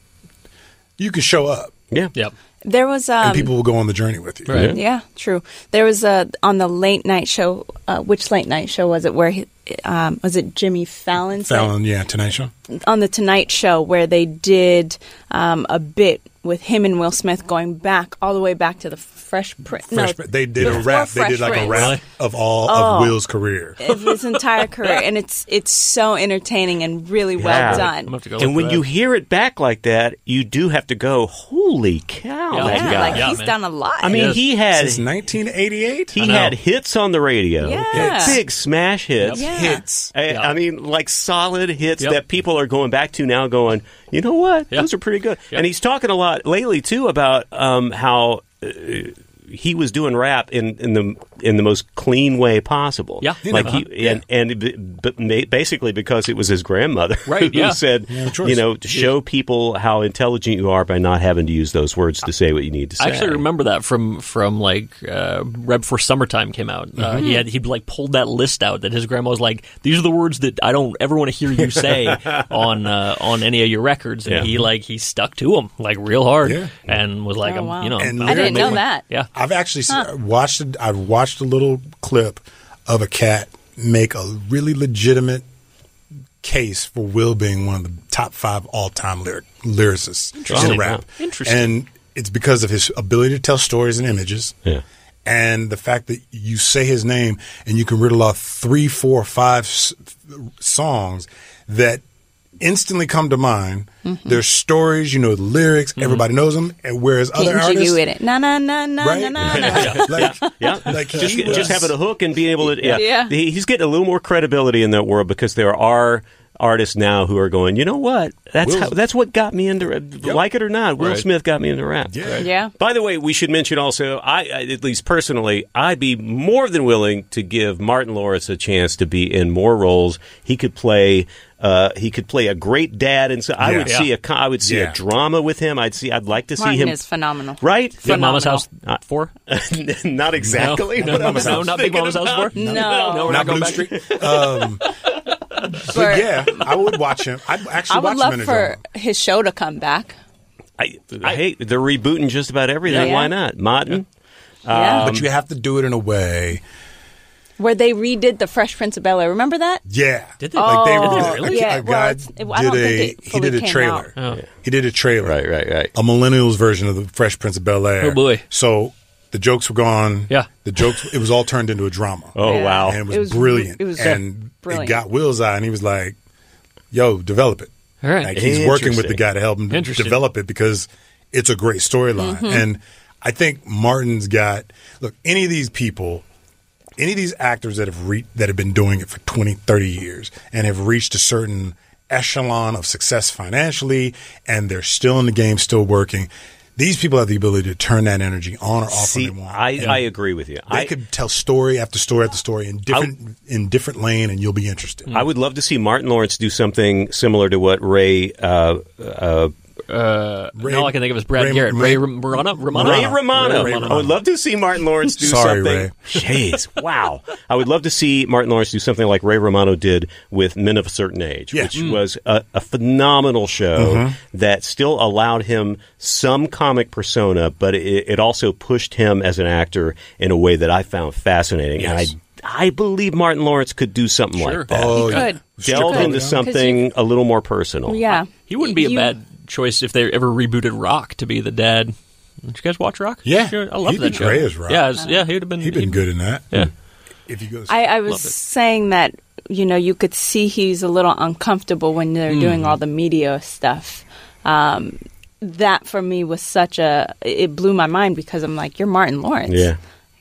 Speaker 3: you can show up,
Speaker 1: Yeah.
Speaker 2: Yep.
Speaker 4: There was
Speaker 3: and
Speaker 4: um,
Speaker 3: people will go on the journey with you.
Speaker 2: Right.
Speaker 4: Yeah, true. There was a on the late night show. Uh, which late night show was it? Where he, um, was it? Jimmy Fallon's
Speaker 3: Fallon, yeah, Tonight Show.
Speaker 4: on the Tonight Show where they did um, a bit with him and Will Smith going back all the way back to the Fresh Prince. No,
Speaker 3: Fresh, they did a
Speaker 4: before
Speaker 3: rap. They
Speaker 4: Fresh
Speaker 3: did like a
Speaker 4: Prince. Oh.
Speaker 3: rap
Speaker 2: Really?
Speaker 3: of all of Will's career.
Speaker 4: of his entire career, and it's it's so entertaining and really well
Speaker 1: Yeah.
Speaker 2: I'm gonna
Speaker 4: done.
Speaker 2: have to go
Speaker 1: And
Speaker 2: look
Speaker 1: when
Speaker 2: for
Speaker 1: you
Speaker 2: that.
Speaker 1: hear it back like that, you do have to go, holy cow,
Speaker 2: Oh, Yeah.
Speaker 1: that
Speaker 4: Yeah,
Speaker 1: guy.
Speaker 4: like
Speaker 2: Yeah,
Speaker 4: he's
Speaker 2: man.
Speaker 4: done a lot.
Speaker 1: I mean,
Speaker 2: Yes.
Speaker 1: he had
Speaker 3: Since 1988,
Speaker 1: he
Speaker 2: know.
Speaker 1: had hits on the radio.
Speaker 4: Yeah. Hits.
Speaker 1: Big smash hits.
Speaker 4: Yeah.
Speaker 3: hits.
Speaker 1: I,
Speaker 2: Yeah.
Speaker 1: I mean, like solid hits
Speaker 2: Yep.
Speaker 1: that people are going back to now, going, you know what?
Speaker 2: Yeah.
Speaker 1: Those are pretty good.
Speaker 2: Yeah.
Speaker 1: And he's talking a lot lately too about um, how uh, he was doing rap in, in the in the most clean way possible.
Speaker 2: Yeah. You
Speaker 1: like
Speaker 2: know,
Speaker 1: he and and b- b- basically because it was his grandmother
Speaker 2: Right,
Speaker 1: who
Speaker 2: yeah.
Speaker 1: said,
Speaker 3: Yeah, no choice.
Speaker 1: you know, to show people how intelligent you are by not having to use those words to say what you need to say.
Speaker 2: I actually remember that from from like uh, right before summertime came out. Uh,
Speaker 3: Mm-hmm.
Speaker 2: he had he like pulled that list out that his grandma was like, "These are the words that I don't ever want to hear you say on uh, on any of your records." And
Speaker 1: Yeah.
Speaker 2: he like he stuck to them like real hard
Speaker 3: Yeah.
Speaker 2: and was like,
Speaker 4: Oh,
Speaker 2: I'm-
Speaker 4: wow.
Speaker 2: you know,
Speaker 3: And
Speaker 2: I'm-
Speaker 4: I didn't know
Speaker 3: Literally.
Speaker 4: that.
Speaker 2: yeah,
Speaker 3: I've actually s uh, watched. a- I've watched a little clip of a cat make a really legitimate case for Will being one of the top five all-time lyric lyricists in
Speaker 2: Interesting.
Speaker 3: rap.
Speaker 2: Wow. Interesting.
Speaker 3: And it's because of his ability to tell stories and images.
Speaker 1: Yeah.
Speaker 3: And the fact that you say his name and you can riddle off three, four, five s- songs that instantly come to mind.
Speaker 4: Mm-hmm.
Speaker 3: There's stories, you know, the lyrics, everybody knows them. And whereas other
Speaker 4: Getting jiggy
Speaker 3: artists,
Speaker 4: with it. Na na na na
Speaker 3: right?
Speaker 4: na na na.
Speaker 3: Like,
Speaker 1: Yeah,
Speaker 3: like
Speaker 1: just
Speaker 3: he was-
Speaker 1: just having a hook and being able to yeah.
Speaker 4: Yeah.
Speaker 1: He, he's getting a little more credibility in that world because there are artists now who are going. You know what? That's
Speaker 3: Will-
Speaker 1: how, that's what got me into like it or not. Will
Speaker 3: Right.
Speaker 1: Smith got me into rap.
Speaker 3: Yeah.
Speaker 4: Yeah.
Speaker 1: By the way, we should mention also, I I- at least personally, I'd be more than willing to give Martin Lawrence a chance to be in more roles. He could play. Uh, he could play a great dad, and so I
Speaker 3: Yeah.
Speaker 1: would see a co- I would see
Speaker 3: Yeah.
Speaker 1: a drama with him. I'd see. I'd like to see
Speaker 4: Martin
Speaker 1: him.
Speaker 4: is phenomenal.
Speaker 1: Right?
Speaker 2: Big Mama's House
Speaker 1: Uh,
Speaker 2: four.
Speaker 1: not exactly.
Speaker 2: No,
Speaker 1: what I
Speaker 2: no,
Speaker 1: was
Speaker 2: no, not Big
Speaker 1: thinking
Speaker 2: Mama's House
Speaker 1: about.
Speaker 2: four.
Speaker 4: No.
Speaker 2: no, we're not
Speaker 3: not
Speaker 2: going
Speaker 3: Blue
Speaker 2: back.
Speaker 3: Street. Um, but
Speaker 4: But-
Speaker 3: yeah, I would watch him. I'd actually
Speaker 4: I would
Speaker 3: watch him
Speaker 4: love
Speaker 3: in a
Speaker 4: for
Speaker 3: drama.
Speaker 4: his show to come back.
Speaker 1: I, I hate they're rebooting just about everything.
Speaker 4: Yeah.
Speaker 1: Why not, Martin?
Speaker 2: Um,
Speaker 4: Yeah.
Speaker 3: but you have to do it in a way.
Speaker 4: Where they redid the Fresh Prince of Bel Air. Remember that?
Speaker 3: Yeah,
Speaker 2: Did they?
Speaker 3: Like they, were-
Speaker 4: Oh, Did they really?
Speaker 3: a,
Speaker 4: Yeah,
Speaker 3: a
Speaker 4: well,
Speaker 3: guy
Speaker 4: it's- it- I don't
Speaker 3: did a
Speaker 4: think it
Speaker 3: he
Speaker 4: fully
Speaker 3: did a
Speaker 4: came
Speaker 3: trailer.
Speaker 2: out.
Speaker 3: He did a trailer.
Speaker 1: right, right.
Speaker 3: A millennials version of the Fresh Prince of Bel Air.
Speaker 2: Oh, boy.
Speaker 3: So the jokes were gone.
Speaker 2: Yeah.
Speaker 3: the jokes. It was all turned into a drama.
Speaker 1: Oh
Speaker 4: Yeah.
Speaker 1: wow!
Speaker 3: and it was,
Speaker 4: It was-
Speaker 3: brilliant.
Speaker 4: it was
Speaker 3: and
Speaker 4: brilliant.
Speaker 3: it got Will's eye, and he was like, "Yo, develop it."
Speaker 2: All right.
Speaker 3: like he's working with the
Speaker 1: Interesting.
Speaker 3: guy to help him
Speaker 2: Interesting.
Speaker 3: develop it because it's a great storyline.
Speaker 4: Mm-hmm.
Speaker 3: And I think Martin's got look any of these people, any of these actors that have re- that have been doing it for 20, 30 years and have reached a certain echelon of success financially, and they're still in the game, still working. These people have the ability to turn that energy on or off
Speaker 1: See,
Speaker 3: when they want.
Speaker 1: I,
Speaker 3: And
Speaker 1: I agree with you.
Speaker 3: They
Speaker 1: I,
Speaker 3: could tell story after story after story in different in different lane, and you'll be interested.
Speaker 1: I would love to see Martin Lawrence do something similar to what Ray uh, uh,
Speaker 3: Ray-
Speaker 2: and all I can think of is Brad
Speaker 3: Ray-
Speaker 2: Garrett. Ray,
Speaker 3: Ray-
Speaker 2: Ram- Romano? Romano?
Speaker 1: Ray
Speaker 3: Romano.
Speaker 1: Romano.
Speaker 3: Ray
Speaker 1: I
Speaker 3: Romano.
Speaker 1: would love to see Martin Lawrence do
Speaker 3: Sorry,
Speaker 1: something.
Speaker 3: Ray.
Speaker 1: Jeez, wow. I would love to see Martin Lawrence do something like Ray Romano did with Men of a Certain Age,
Speaker 3: Yeah. Mm-hmm.
Speaker 1: which was a, a phenomenal show that still allowed him some comic persona, but it, it also pushed him as an actor in a way that I found fascinating.
Speaker 3: Yes.
Speaker 1: And I, I believe Martin Lawrence could do something
Speaker 2: Sure.
Speaker 1: like that.
Speaker 3: Oh,
Speaker 4: He
Speaker 3: yeah.
Speaker 4: could.
Speaker 3: Strip
Speaker 1: Delve
Speaker 3: all
Speaker 1: into
Speaker 3: down.
Speaker 1: something a little more personal.
Speaker 4: Yeah.
Speaker 2: He wouldn't be a
Speaker 4: You-
Speaker 2: bad choice if they ever rebooted Rock to be the dad. Did you guys watch Rock?
Speaker 3: Yeah.
Speaker 2: I love
Speaker 3: He'd
Speaker 2: that
Speaker 3: be
Speaker 2: show.
Speaker 3: great as Rock.
Speaker 2: Yeah, it's- yeah, he would have been.
Speaker 3: He'd been
Speaker 2: he'd-
Speaker 3: good in that.
Speaker 2: Yeah.
Speaker 3: If you go,
Speaker 4: I, I was
Speaker 2: Love it.
Speaker 4: saying that you know you could see he's a little uncomfortable when
Speaker 2: Hmm.
Speaker 4: they're doing all the media stuff. Um, that for me was such a it blew my mind because I'm like you're Martin Lawrence.
Speaker 1: Yeah.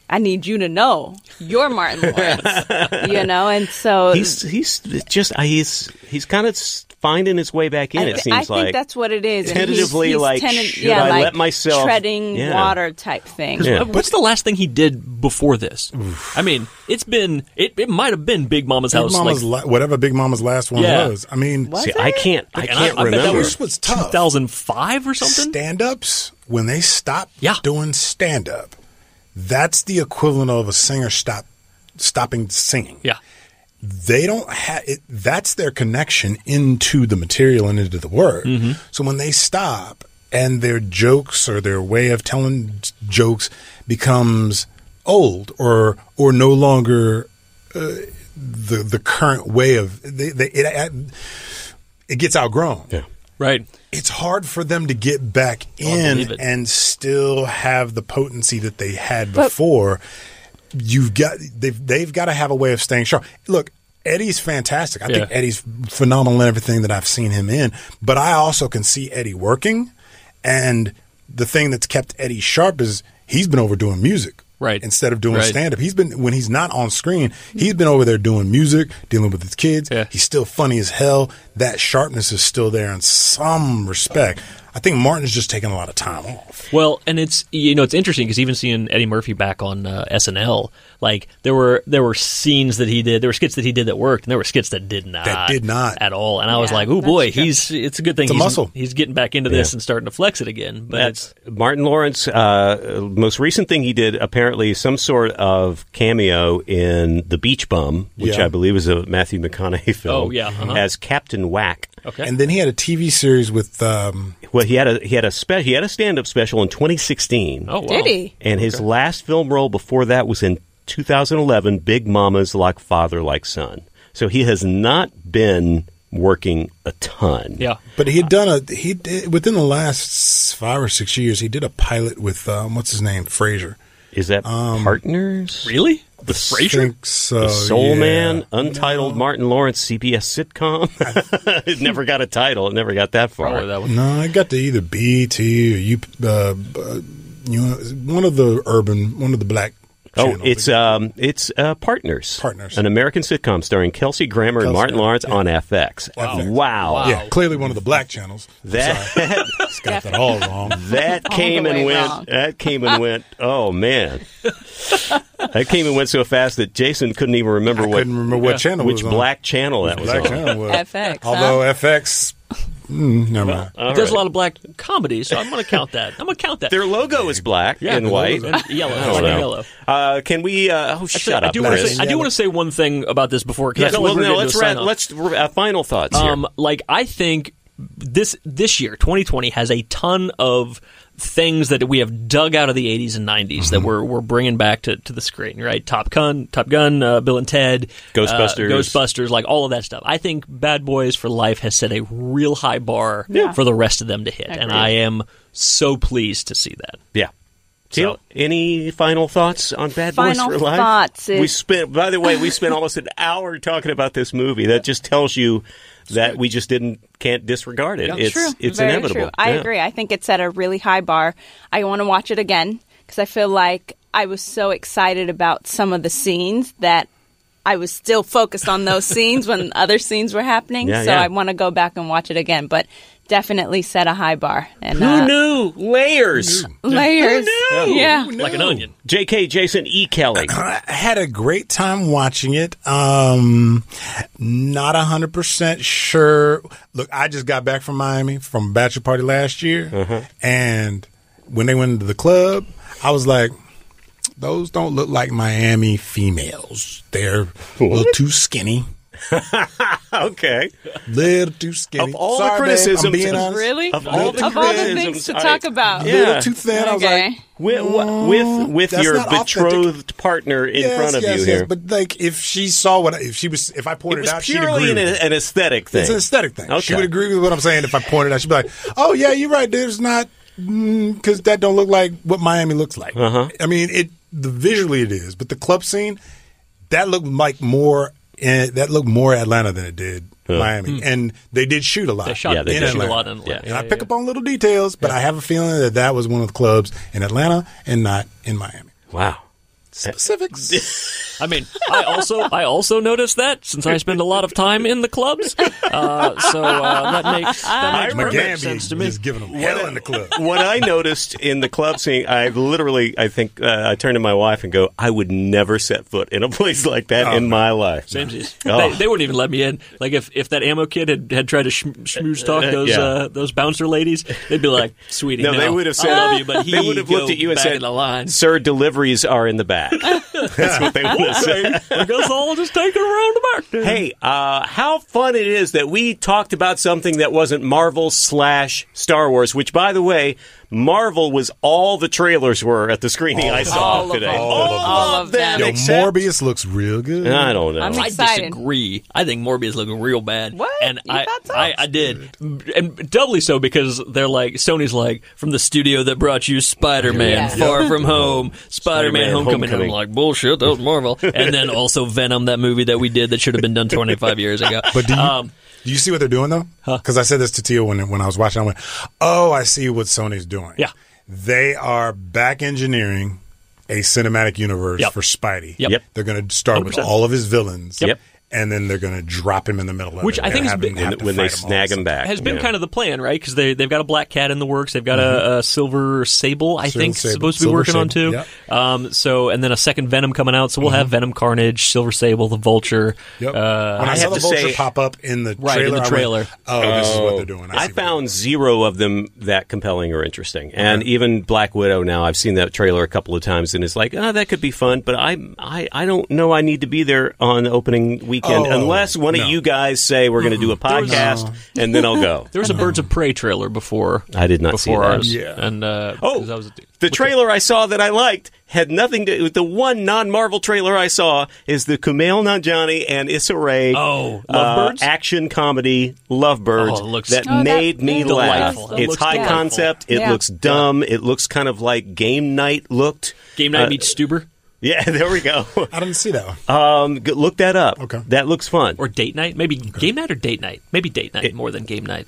Speaker 4: I need you to know you're Martin Lawrence. you know, and so
Speaker 1: He's he's just uh, he's he's kind of finding his way back in.
Speaker 4: I,
Speaker 1: it
Speaker 4: thi-
Speaker 1: seems
Speaker 4: I think
Speaker 1: like
Speaker 4: that's what it is. and
Speaker 1: Tentatively,
Speaker 4: he's, he's
Speaker 1: like,
Speaker 4: tenen-
Speaker 1: should
Speaker 4: yeah,
Speaker 1: I
Speaker 4: like
Speaker 1: let myself-
Speaker 4: treading
Speaker 1: Yeah.
Speaker 4: water type thing.
Speaker 1: Yeah.
Speaker 2: What's the last thing he did before this? I mean, it's been it. It might have been Big Mama's
Speaker 3: Big
Speaker 2: house.
Speaker 3: Mama's
Speaker 2: like,
Speaker 3: la- whatever Big Mama's last one
Speaker 2: Yeah.
Speaker 3: was. I mean,
Speaker 4: Was
Speaker 1: See,
Speaker 4: it?
Speaker 1: I can't. I
Speaker 2: And
Speaker 1: can't
Speaker 2: I- I bet that
Speaker 1: remember.
Speaker 3: This was tough.
Speaker 2: 2005 or something.
Speaker 3: stand ups, when they stop
Speaker 2: Yeah.
Speaker 3: doing stand up, that's the equivalent of a singer stop stopping singing.
Speaker 2: yeah,
Speaker 3: They don't have it. That's their connection into the material and into the work.
Speaker 2: Mm-hmm.
Speaker 3: So when they stop and their jokes or their way of telling j- jokes becomes old or or no longer uh, the the current way of they, they, it it gets outgrown
Speaker 2: right.
Speaker 3: it's hard for them to get back
Speaker 2: Oh, believe
Speaker 3: in
Speaker 2: it.
Speaker 3: and still have the potency that they had before. You've got they've they've got to have a way of staying sharp. Look, Eddie's fantastic. I think
Speaker 2: Yeah.
Speaker 3: Eddie's phenomenal in everything that I've seen him in, but I also can see Eddie working and the thing that's kept Eddie sharp is he's been overdoing music.
Speaker 2: Right.
Speaker 3: Instead of doing
Speaker 2: Right.
Speaker 3: stand up. He's been when he's not on screen, he's been over there doing music, dealing with his kids.
Speaker 2: Yeah.
Speaker 3: He's still funny as hell. That sharpness is still there in some respect. I think Martin's just taking a lot of time off.
Speaker 2: Well, and it's you know it's interesting because even seeing Eddie Murphy back on uh, SNL, like there were there were scenes that he did, there were skits that he did that worked, and there were skits that did not
Speaker 3: That did not.
Speaker 2: at all. And I was
Speaker 4: Yeah,
Speaker 2: like, oh
Speaker 4: that's
Speaker 2: boy,
Speaker 4: true.
Speaker 2: he's it's a good thing
Speaker 3: It's a
Speaker 2: he's,
Speaker 3: muscle.
Speaker 2: he's getting back into this and starting to flex it again. But
Speaker 1: That's
Speaker 2: it's,
Speaker 1: Martin Lawrence. Uh, most recent thing he did, apparently, some sort of cameo in The Beach Bum, which
Speaker 3: Yeah.
Speaker 1: I believe is a Matthew McConaughey film.
Speaker 2: Oh, yeah, uh-huh.
Speaker 1: as Captain Whack.
Speaker 2: okay,
Speaker 3: And then he had a TV series with um,
Speaker 1: Well, he had a he had a spe- he had a stand up special in 2016.
Speaker 2: oh wow.
Speaker 4: Did he?
Speaker 1: and his last film role before that was in 2011, Big Mama's Like Father Like Son. So he has not been working a ton.
Speaker 2: Yeah,
Speaker 3: but he had done a he did, within the last five or six years he did a pilot with um, what's his name Fraser
Speaker 1: Is that
Speaker 3: Um,
Speaker 1: partners?
Speaker 2: really?
Speaker 1: The
Speaker 2: Frasier?
Speaker 3: Think so,
Speaker 1: The Soul
Speaker 3: Oh, yeah.
Speaker 1: Man, untitled Martin Lawrence CBS sitcom. it never got a title. It never got that far.
Speaker 2: Probably that one.
Speaker 3: No, I got to either BT or you, uh, uh, you know, one of the urban, one of the black.
Speaker 1: Oh,
Speaker 3: channels.
Speaker 1: it's um, it's uh, Partners.
Speaker 3: Partners.
Speaker 1: an American sitcom starring Kelsey Grammer and
Speaker 3: Kelsey
Speaker 1: Martin
Speaker 3: Grammer,
Speaker 1: Lawrence
Speaker 3: yeah.
Speaker 1: on FX.
Speaker 3: Wow.
Speaker 1: Wow,
Speaker 3: yeah, clearly one of the black channels. I'm sorry.
Speaker 1: that
Speaker 3: got that all wrong.
Speaker 1: that
Speaker 4: All
Speaker 1: came
Speaker 4: the
Speaker 1: and
Speaker 4: way
Speaker 1: went.
Speaker 4: wrong.
Speaker 1: That came and went. Oh man, that came and went so fast that Jason couldn't even remember
Speaker 3: I
Speaker 1: what
Speaker 3: couldn't remember what channel. it
Speaker 1: which
Speaker 3: was on.
Speaker 1: black channel that was
Speaker 3: black
Speaker 1: on.
Speaker 3: channel was.
Speaker 4: FX, huh?
Speaker 3: Although FX, mm, never mind.
Speaker 1: All
Speaker 2: There's
Speaker 1: right.
Speaker 2: a lot of black comedy, so I'm going to count that. I'm going to count that.
Speaker 1: Their logo is black
Speaker 2: Yeah,
Speaker 1: and
Speaker 2: their
Speaker 1: white
Speaker 2: logo's- and yellow,
Speaker 1: I
Speaker 2: black
Speaker 1: don't
Speaker 2: and
Speaker 1: know.
Speaker 2: yellow.
Speaker 1: Uh, can we? Uh, oh,
Speaker 2: Actually,
Speaker 1: shut
Speaker 2: I
Speaker 1: up,
Speaker 2: do want to
Speaker 1: Chris.
Speaker 2: say, I do want to say one thing about this before because I
Speaker 1: Yeah,
Speaker 2: feel
Speaker 1: well,
Speaker 2: like we're
Speaker 1: no,
Speaker 2: gonna
Speaker 1: let's
Speaker 2: do a
Speaker 1: wrap,
Speaker 2: sign-off.
Speaker 1: let's uh, final thoughts here.
Speaker 2: Um, like I think this this year, 2020 has a ton of things that we have dug out of the 80s and 90s that we're we're bringing back to, to the screen. Right, Top Gun, Top Gun, uh, Bill and Ted, uh,
Speaker 1: Ghostbusters.
Speaker 2: Ghostbusters, like all of that stuff. I think Bad Boys for Life has set a real high bar for the rest of them to hit, and I am so pleased to see that.
Speaker 1: Yeah. Teal, any final thoughts on Bad
Speaker 4: Final
Speaker 1: Boys for Life?
Speaker 4: thoughts is-
Speaker 1: we spent. By the way, we spent almost an hour talking about this movie. That just tells you that we just didn't can't disregard it. it's
Speaker 4: true.
Speaker 1: it's
Speaker 4: Very
Speaker 1: inevitable.
Speaker 4: True. I
Speaker 1: Yeah.
Speaker 4: agree. I think it's at a really high bar. I want to watch it again because I feel like I was so excited about some of the scenes that I was still focused on those scenes when other scenes were happening.
Speaker 1: Yeah,
Speaker 4: so
Speaker 1: yeah.
Speaker 4: I want to go back and watch it again. But definitely set a high bar. And
Speaker 1: Who
Speaker 4: uh,
Speaker 1: knew? Layers.
Speaker 4: layers? Yeah.
Speaker 2: like an onion.
Speaker 1: J.K. Jason E. Kelly.
Speaker 3: I had a great time watching it. Um, not hundred percent sure. Look, I just got back from Miami from a bachelor party last year,
Speaker 1: Uh-huh.
Speaker 3: and when they went into the club, I was like, "Those don't look like Miami females. They're a little too skinny.
Speaker 1: okay.
Speaker 3: Little too skinny."
Speaker 1: Of all the
Speaker 3: Sorry, babe, I'm
Speaker 1: criticisms-
Speaker 3: being honest.
Speaker 4: Really?
Speaker 1: Of all the
Speaker 4: Of all the
Speaker 1: criticisms,
Speaker 4: things to
Speaker 1: I-
Speaker 4: talk about.
Speaker 1: Yeah.
Speaker 3: Little too thin. I was like,
Speaker 4: Okay.
Speaker 1: With with, with
Speaker 3: That's
Speaker 1: your
Speaker 3: not authentic.
Speaker 1: betrothed partner in
Speaker 3: yes,
Speaker 1: front of
Speaker 3: yes,
Speaker 1: you
Speaker 3: yes.
Speaker 1: here.
Speaker 3: But like, if she saw what, I, if she was, if I
Speaker 1: it
Speaker 3: pointed
Speaker 1: was
Speaker 3: out, she'd agree
Speaker 1: purely an,
Speaker 3: with me.
Speaker 1: an aesthetic thing.
Speaker 3: It's an aesthetic thing. She
Speaker 1: Okay.
Speaker 3: would agree with what I'm saying if I pointed out. She'd be like, "Oh yeah, you're right. There's not because that don't look like what Miami looks like." Uh-huh. I mean, it the visually it is, but the club scene that looked like more eh, that looked more Atlanta than it did Miami, and they did shoot a lot.
Speaker 2: Hmm. They shot-
Speaker 1: Yeah, they
Speaker 3: in
Speaker 1: did
Speaker 2: shoot a
Speaker 3: Atlanta.
Speaker 2: lot in Atlanta.
Speaker 3: And
Speaker 2: Yeah,
Speaker 3: I
Speaker 2: yeah,
Speaker 3: pick up on little details, but I have a feeling that that was one of the clubs in Atlanta and not in Miami.
Speaker 1: wow.
Speaker 3: Specifics.
Speaker 2: I mean, I also I also noticed that since I spend a lot of time in the clubs, uh, so uh, that makes that makes perfect sense to me.
Speaker 3: is giving them hell in the club.
Speaker 1: what I noticed in the club scene, I literally, I think, uh, I turned to my wife and go, I would never set foot in a place like that
Speaker 3: Oh,
Speaker 1: in my life.
Speaker 2: Samesies.
Speaker 1: Oh.
Speaker 2: They, they wouldn't even let me in. Like if, if that ammo kid had, had tried to sh- schmooze talk
Speaker 1: Uh,
Speaker 2: those
Speaker 1: yeah.
Speaker 2: uh, those bouncer ladies, they'd be like, "Sweetie,
Speaker 1: No, they would have said,
Speaker 2: I love you, but he
Speaker 1: they would have
Speaker 2: go
Speaker 1: looked at you and
Speaker 2: back
Speaker 1: said,
Speaker 2: in the line.
Speaker 1: Sir, deliveries are in the back. That's what they would have said.
Speaker 2: I guess I'll just take it around the back. then."
Speaker 1: Hey, uh, how fun it is that we talked about something that wasn't Marvel slash Star Wars, which, by the way, Marvel was all the trailers were at the screening I saw
Speaker 4: all of
Speaker 1: today.
Speaker 4: them.
Speaker 1: All,
Speaker 3: All of
Speaker 4: them.
Speaker 1: of them.
Speaker 3: Yo,
Speaker 1: except-
Speaker 3: Morbius looks real good.
Speaker 1: I don't know.
Speaker 4: I'm
Speaker 2: I
Speaker 4: excited.
Speaker 2: disagree. I think Morbius looking real bad.
Speaker 4: What?
Speaker 2: And
Speaker 4: You
Speaker 2: I,
Speaker 4: thought so?
Speaker 2: I, I did, and doubly so because they're like Sony's like from the studio that brought you Spider Man,
Speaker 4: Yeah.
Speaker 2: Far From Home, Spider Man
Speaker 1: Spider-Man
Speaker 2: Homecoming. And I'm
Speaker 1: Homecoming.
Speaker 2: like bullshit. That was Marvel, and then also Venom, that movie that we did that should have been done 25 years ago.
Speaker 3: But do you,
Speaker 2: Um,
Speaker 3: do you see what they're doing though? Because I said this to Tia when when I was watching. I went, "Oh, I see what Sony's doing.
Speaker 2: Yeah.
Speaker 3: they are back engineering a cinematic universe
Speaker 2: Yep.
Speaker 3: for Spidey.
Speaker 2: Yep. Yep.
Speaker 3: they're going to start with
Speaker 2: 100%.
Speaker 3: all of his villains.
Speaker 1: Yep.
Speaker 3: and then they're going to drop him in the middle of
Speaker 2: Which
Speaker 3: it.
Speaker 2: I think
Speaker 3: They're
Speaker 2: is
Speaker 3: having-
Speaker 2: big-
Speaker 3: have
Speaker 1: when,
Speaker 3: to
Speaker 1: when
Speaker 3: fight
Speaker 1: they
Speaker 3: 'em
Speaker 1: snag
Speaker 3: all.
Speaker 1: him back.
Speaker 2: has been kind of the plan, right? Because they they've got a black cat in the works. They've got a, a silver sable, I
Speaker 3: Mm-hmm. Silver
Speaker 2: think,
Speaker 3: Sable.
Speaker 2: supposed to be
Speaker 3: Silver
Speaker 2: working on
Speaker 3: Sable, Mm-hmm.
Speaker 2: too. Um, so and then a second Venom coming out. So we'll have Venom, Carnage, Silver Sable, the Vulture.
Speaker 3: Yep.
Speaker 2: Uh,
Speaker 3: when I,
Speaker 1: I
Speaker 3: saw
Speaker 1: have
Speaker 3: the
Speaker 1: to
Speaker 3: vulture
Speaker 1: say-
Speaker 3: pop up in the
Speaker 2: Right, in
Speaker 3: trailer,
Speaker 2: the
Speaker 3: I went,
Speaker 2: trailer.
Speaker 3: oh, this is what they're doing.
Speaker 1: I
Speaker 3: see what they're doing.
Speaker 1: found zero of them that compelling or interesting. And even Black Widow now, I've seen that trailer a couple of times and it's like, oh, that could be fun, but I I, I don't know I need to be there on opening weekend
Speaker 3: Oh,
Speaker 1: unless one
Speaker 3: no.
Speaker 1: of you guys say we're going to do a podcast and then I'll go.
Speaker 2: There was a Birds of Prey trailer before.
Speaker 1: I did not see
Speaker 2: before
Speaker 1: that.
Speaker 2: ours.
Speaker 3: Yeah.
Speaker 2: And uh,
Speaker 1: Oh,
Speaker 2: 'cause I was-
Speaker 1: the trailer I saw that I liked had nothing to. The one non-Marvel trailer I saw is the Kumail Nanjiani and Issa Rae
Speaker 2: Oh,
Speaker 1: uh,
Speaker 2: Lovebirds?
Speaker 1: action comedy Lovebirds
Speaker 2: Oh, it looks
Speaker 1: that
Speaker 4: Oh, that-
Speaker 1: made me
Speaker 4: that
Speaker 1: laugh.
Speaker 2: looks
Speaker 1: It's
Speaker 2: delightful.
Speaker 1: high
Speaker 2: Yeah.
Speaker 1: concept. It
Speaker 4: Yeah.
Speaker 1: looks dumb. It looks kind of like game night looked.
Speaker 2: Game Night
Speaker 1: Uh,
Speaker 2: meets Stuber
Speaker 1: Yeah, there we go.
Speaker 3: I didn't see that one.
Speaker 1: Um, g- look that up.
Speaker 3: Okay.
Speaker 1: that looks fun.
Speaker 2: or Date Night. Maybe Game Night or Date Night. Maybe Date Night more than Game Night.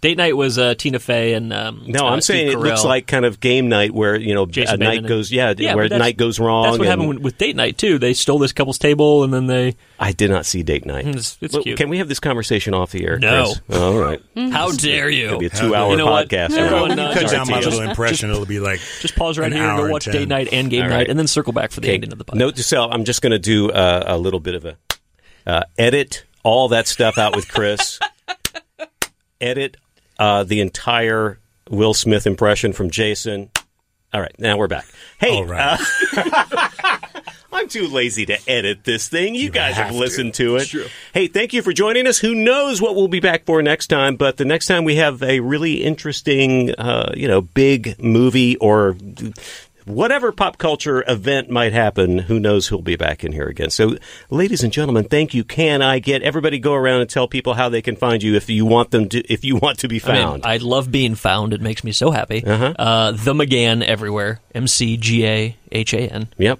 Speaker 2: Date Night was uh, Tina Fey and um,
Speaker 1: no,
Speaker 2: uh,
Speaker 1: I'm
Speaker 2: Steve
Speaker 1: saying it looks
Speaker 2: Carell.
Speaker 1: like kind of game night where you know
Speaker 2: Jason
Speaker 1: a
Speaker 2: Bateman
Speaker 1: night
Speaker 2: and-
Speaker 1: goes yeah,
Speaker 2: but
Speaker 1: where
Speaker 2: that's-
Speaker 1: night goes wrong.
Speaker 2: That's what
Speaker 1: and-
Speaker 2: happened with- with Date Night too. They stole this couple's table and then they
Speaker 1: I did not see date night.
Speaker 2: It's- it's
Speaker 1: Well,
Speaker 2: cute.
Speaker 1: Can we have this conversation off the air?
Speaker 2: No.
Speaker 1: Chris? All right.
Speaker 2: How dare you?
Speaker 1: It'll be a two-hour
Speaker 2: You know what?
Speaker 1: podcast.
Speaker 2: Everyone,
Speaker 1: Everyone
Speaker 2: uh,
Speaker 3: Cut
Speaker 2: sorry,
Speaker 3: down my
Speaker 2: Tia.
Speaker 3: little
Speaker 2: Just-
Speaker 3: impression. It'll be like
Speaker 2: Just pause right
Speaker 3: an
Speaker 2: here and
Speaker 3: hour
Speaker 2: go
Speaker 3: and
Speaker 2: watch
Speaker 3: 10.
Speaker 2: Date Night and Game
Speaker 1: All
Speaker 2: Night,
Speaker 1: right.
Speaker 2: and then circle back for the
Speaker 1: Okay.
Speaker 2: ending of the podcast.
Speaker 1: Note to self: I'm just going to do uh, a little bit of a uh, edit all that stuff out with Chris. edit uh, the entire Will Smith impression from Jason. All right, now we're back. Hey,
Speaker 3: All right.
Speaker 1: I'm too lazy to edit this thing. You, guys have,
Speaker 3: have to.
Speaker 1: listened to it. Hey, thank you for joining us. Who knows what we'll be back for next time? But the next time we have a really interesting, uh, you know, big movie or whatever pop culture event might happen. Who knows who'll be back in here again? So, ladies and gentlemen, thank you. Can I get everybody go around and tell people how they can find you if you want them to if you want to be
Speaker 2: I mean,
Speaker 1: found?
Speaker 2: I love being found. It makes me so happy. Uh-huh. Uh, the McGann everywhere. M C G A H A N.
Speaker 1: yep.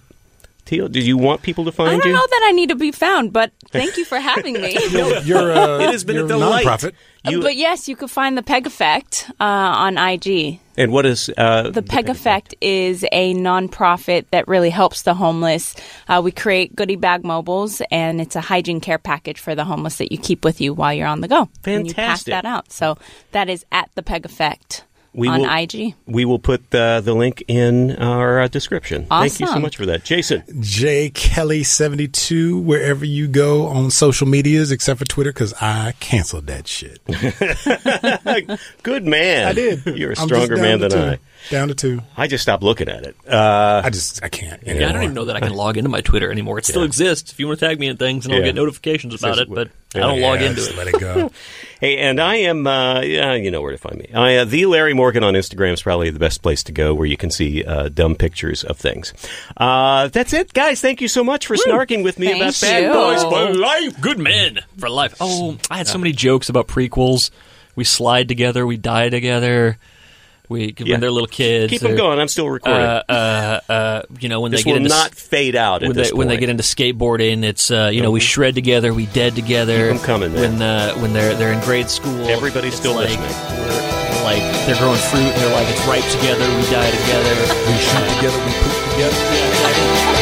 Speaker 1: Teal? Do you want people to
Speaker 4: I
Speaker 1: find
Speaker 4: don't
Speaker 1: you?
Speaker 4: know that I need to be found, but thank you for having me.
Speaker 3: You're, uh,
Speaker 1: It has been
Speaker 3: you're
Speaker 1: a delight.
Speaker 3: nonprofit.
Speaker 1: You-
Speaker 4: but yes, you could find the Peg Effect uh, on IG.
Speaker 1: and what is uh,
Speaker 4: The Peg Effect is a nonprofit that really helps the homeless. Uh, we create goodie bag mobiles, and it's a hygiene care package for the homeless that you keep with you while you're on the go. And you pass
Speaker 1: Fantastic.
Speaker 4: that out. So that is at the Peg Effect
Speaker 1: We
Speaker 4: on
Speaker 1: will-
Speaker 4: IG.
Speaker 1: We will put the, the link in our uh, description. Thank you so
Speaker 4: Awesome.
Speaker 1: much for that, Jason.
Speaker 3: J Kelly seventy two wherever you go on social medias except for Twitter because I canceled that shit.
Speaker 1: Good man.
Speaker 3: I did.
Speaker 1: You're a
Speaker 3: I'm just
Speaker 1: stronger
Speaker 3: down
Speaker 1: man
Speaker 3: to
Speaker 1: than I.
Speaker 3: two. Down to two.
Speaker 1: I just stopped looking at it. Uh,
Speaker 3: I just I can't.
Speaker 2: Yeah, I don't even know that I can log into my Twitter anymore. It still exists. If you want to tag me in things, and I'll
Speaker 1: Yeah.
Speaker 2: get notifications about
Speaker 1: Says-
Speaker 2: it, but
Speaker 1: yeah,
Speaker 2: I don't log into
Speaker 3: just
Speaker 2: it.
Speaker 3: Let it go.
Speaker 1: hey, and I am. Uh, yeah, you know where to find me. I uh, the Larry Morgan on Instagram is probably the best place to go, where you can see uh, dumb pictures of things. Uh, that's it, guys. Thank you so much for snarking with me
Speaker 4: Thank
Speaker 1: about Bad
Speaker 4: you.
Speaker 1: Boys for
Speaker 2: for life. Oh, Good men for life. Oh, I had so many jokes about prequels. We slide together. We die together. We
Speaker 1: Yeah.
Speaker 2: when they're little kids.
Speaker 1: Keep them
Speaker 2: or,
Speaker 1: going. I'm still recording.
Speaker 2: Uh, uh, uh, you know when
Speaker 1: this
Speaker 2: they get
Speaker 1: will
Speaker 2: into s-
Speaker 1: not fade out at
Speaker 2: when
Speaker 1: this
Speaker 2: they, when they
Speaker 1: point. Mm-hmm.
Speaker 2: get into skateboarding, it's uh, you know we shred together, we dead together.
Speaker 1: Keep 'em coming, man.
Speaker 2: When uh, when they're they're in grade school,
Speaker 1: Everybody's
Speaker 2: it's
Speaker 1: still
Speaker 2: like,
Speaker 1: listening.
Speaker 2: we're- Like they're growing fruit, and they're like it's ripe together, we die together.
Speaker 3: we shoot together. We poop together.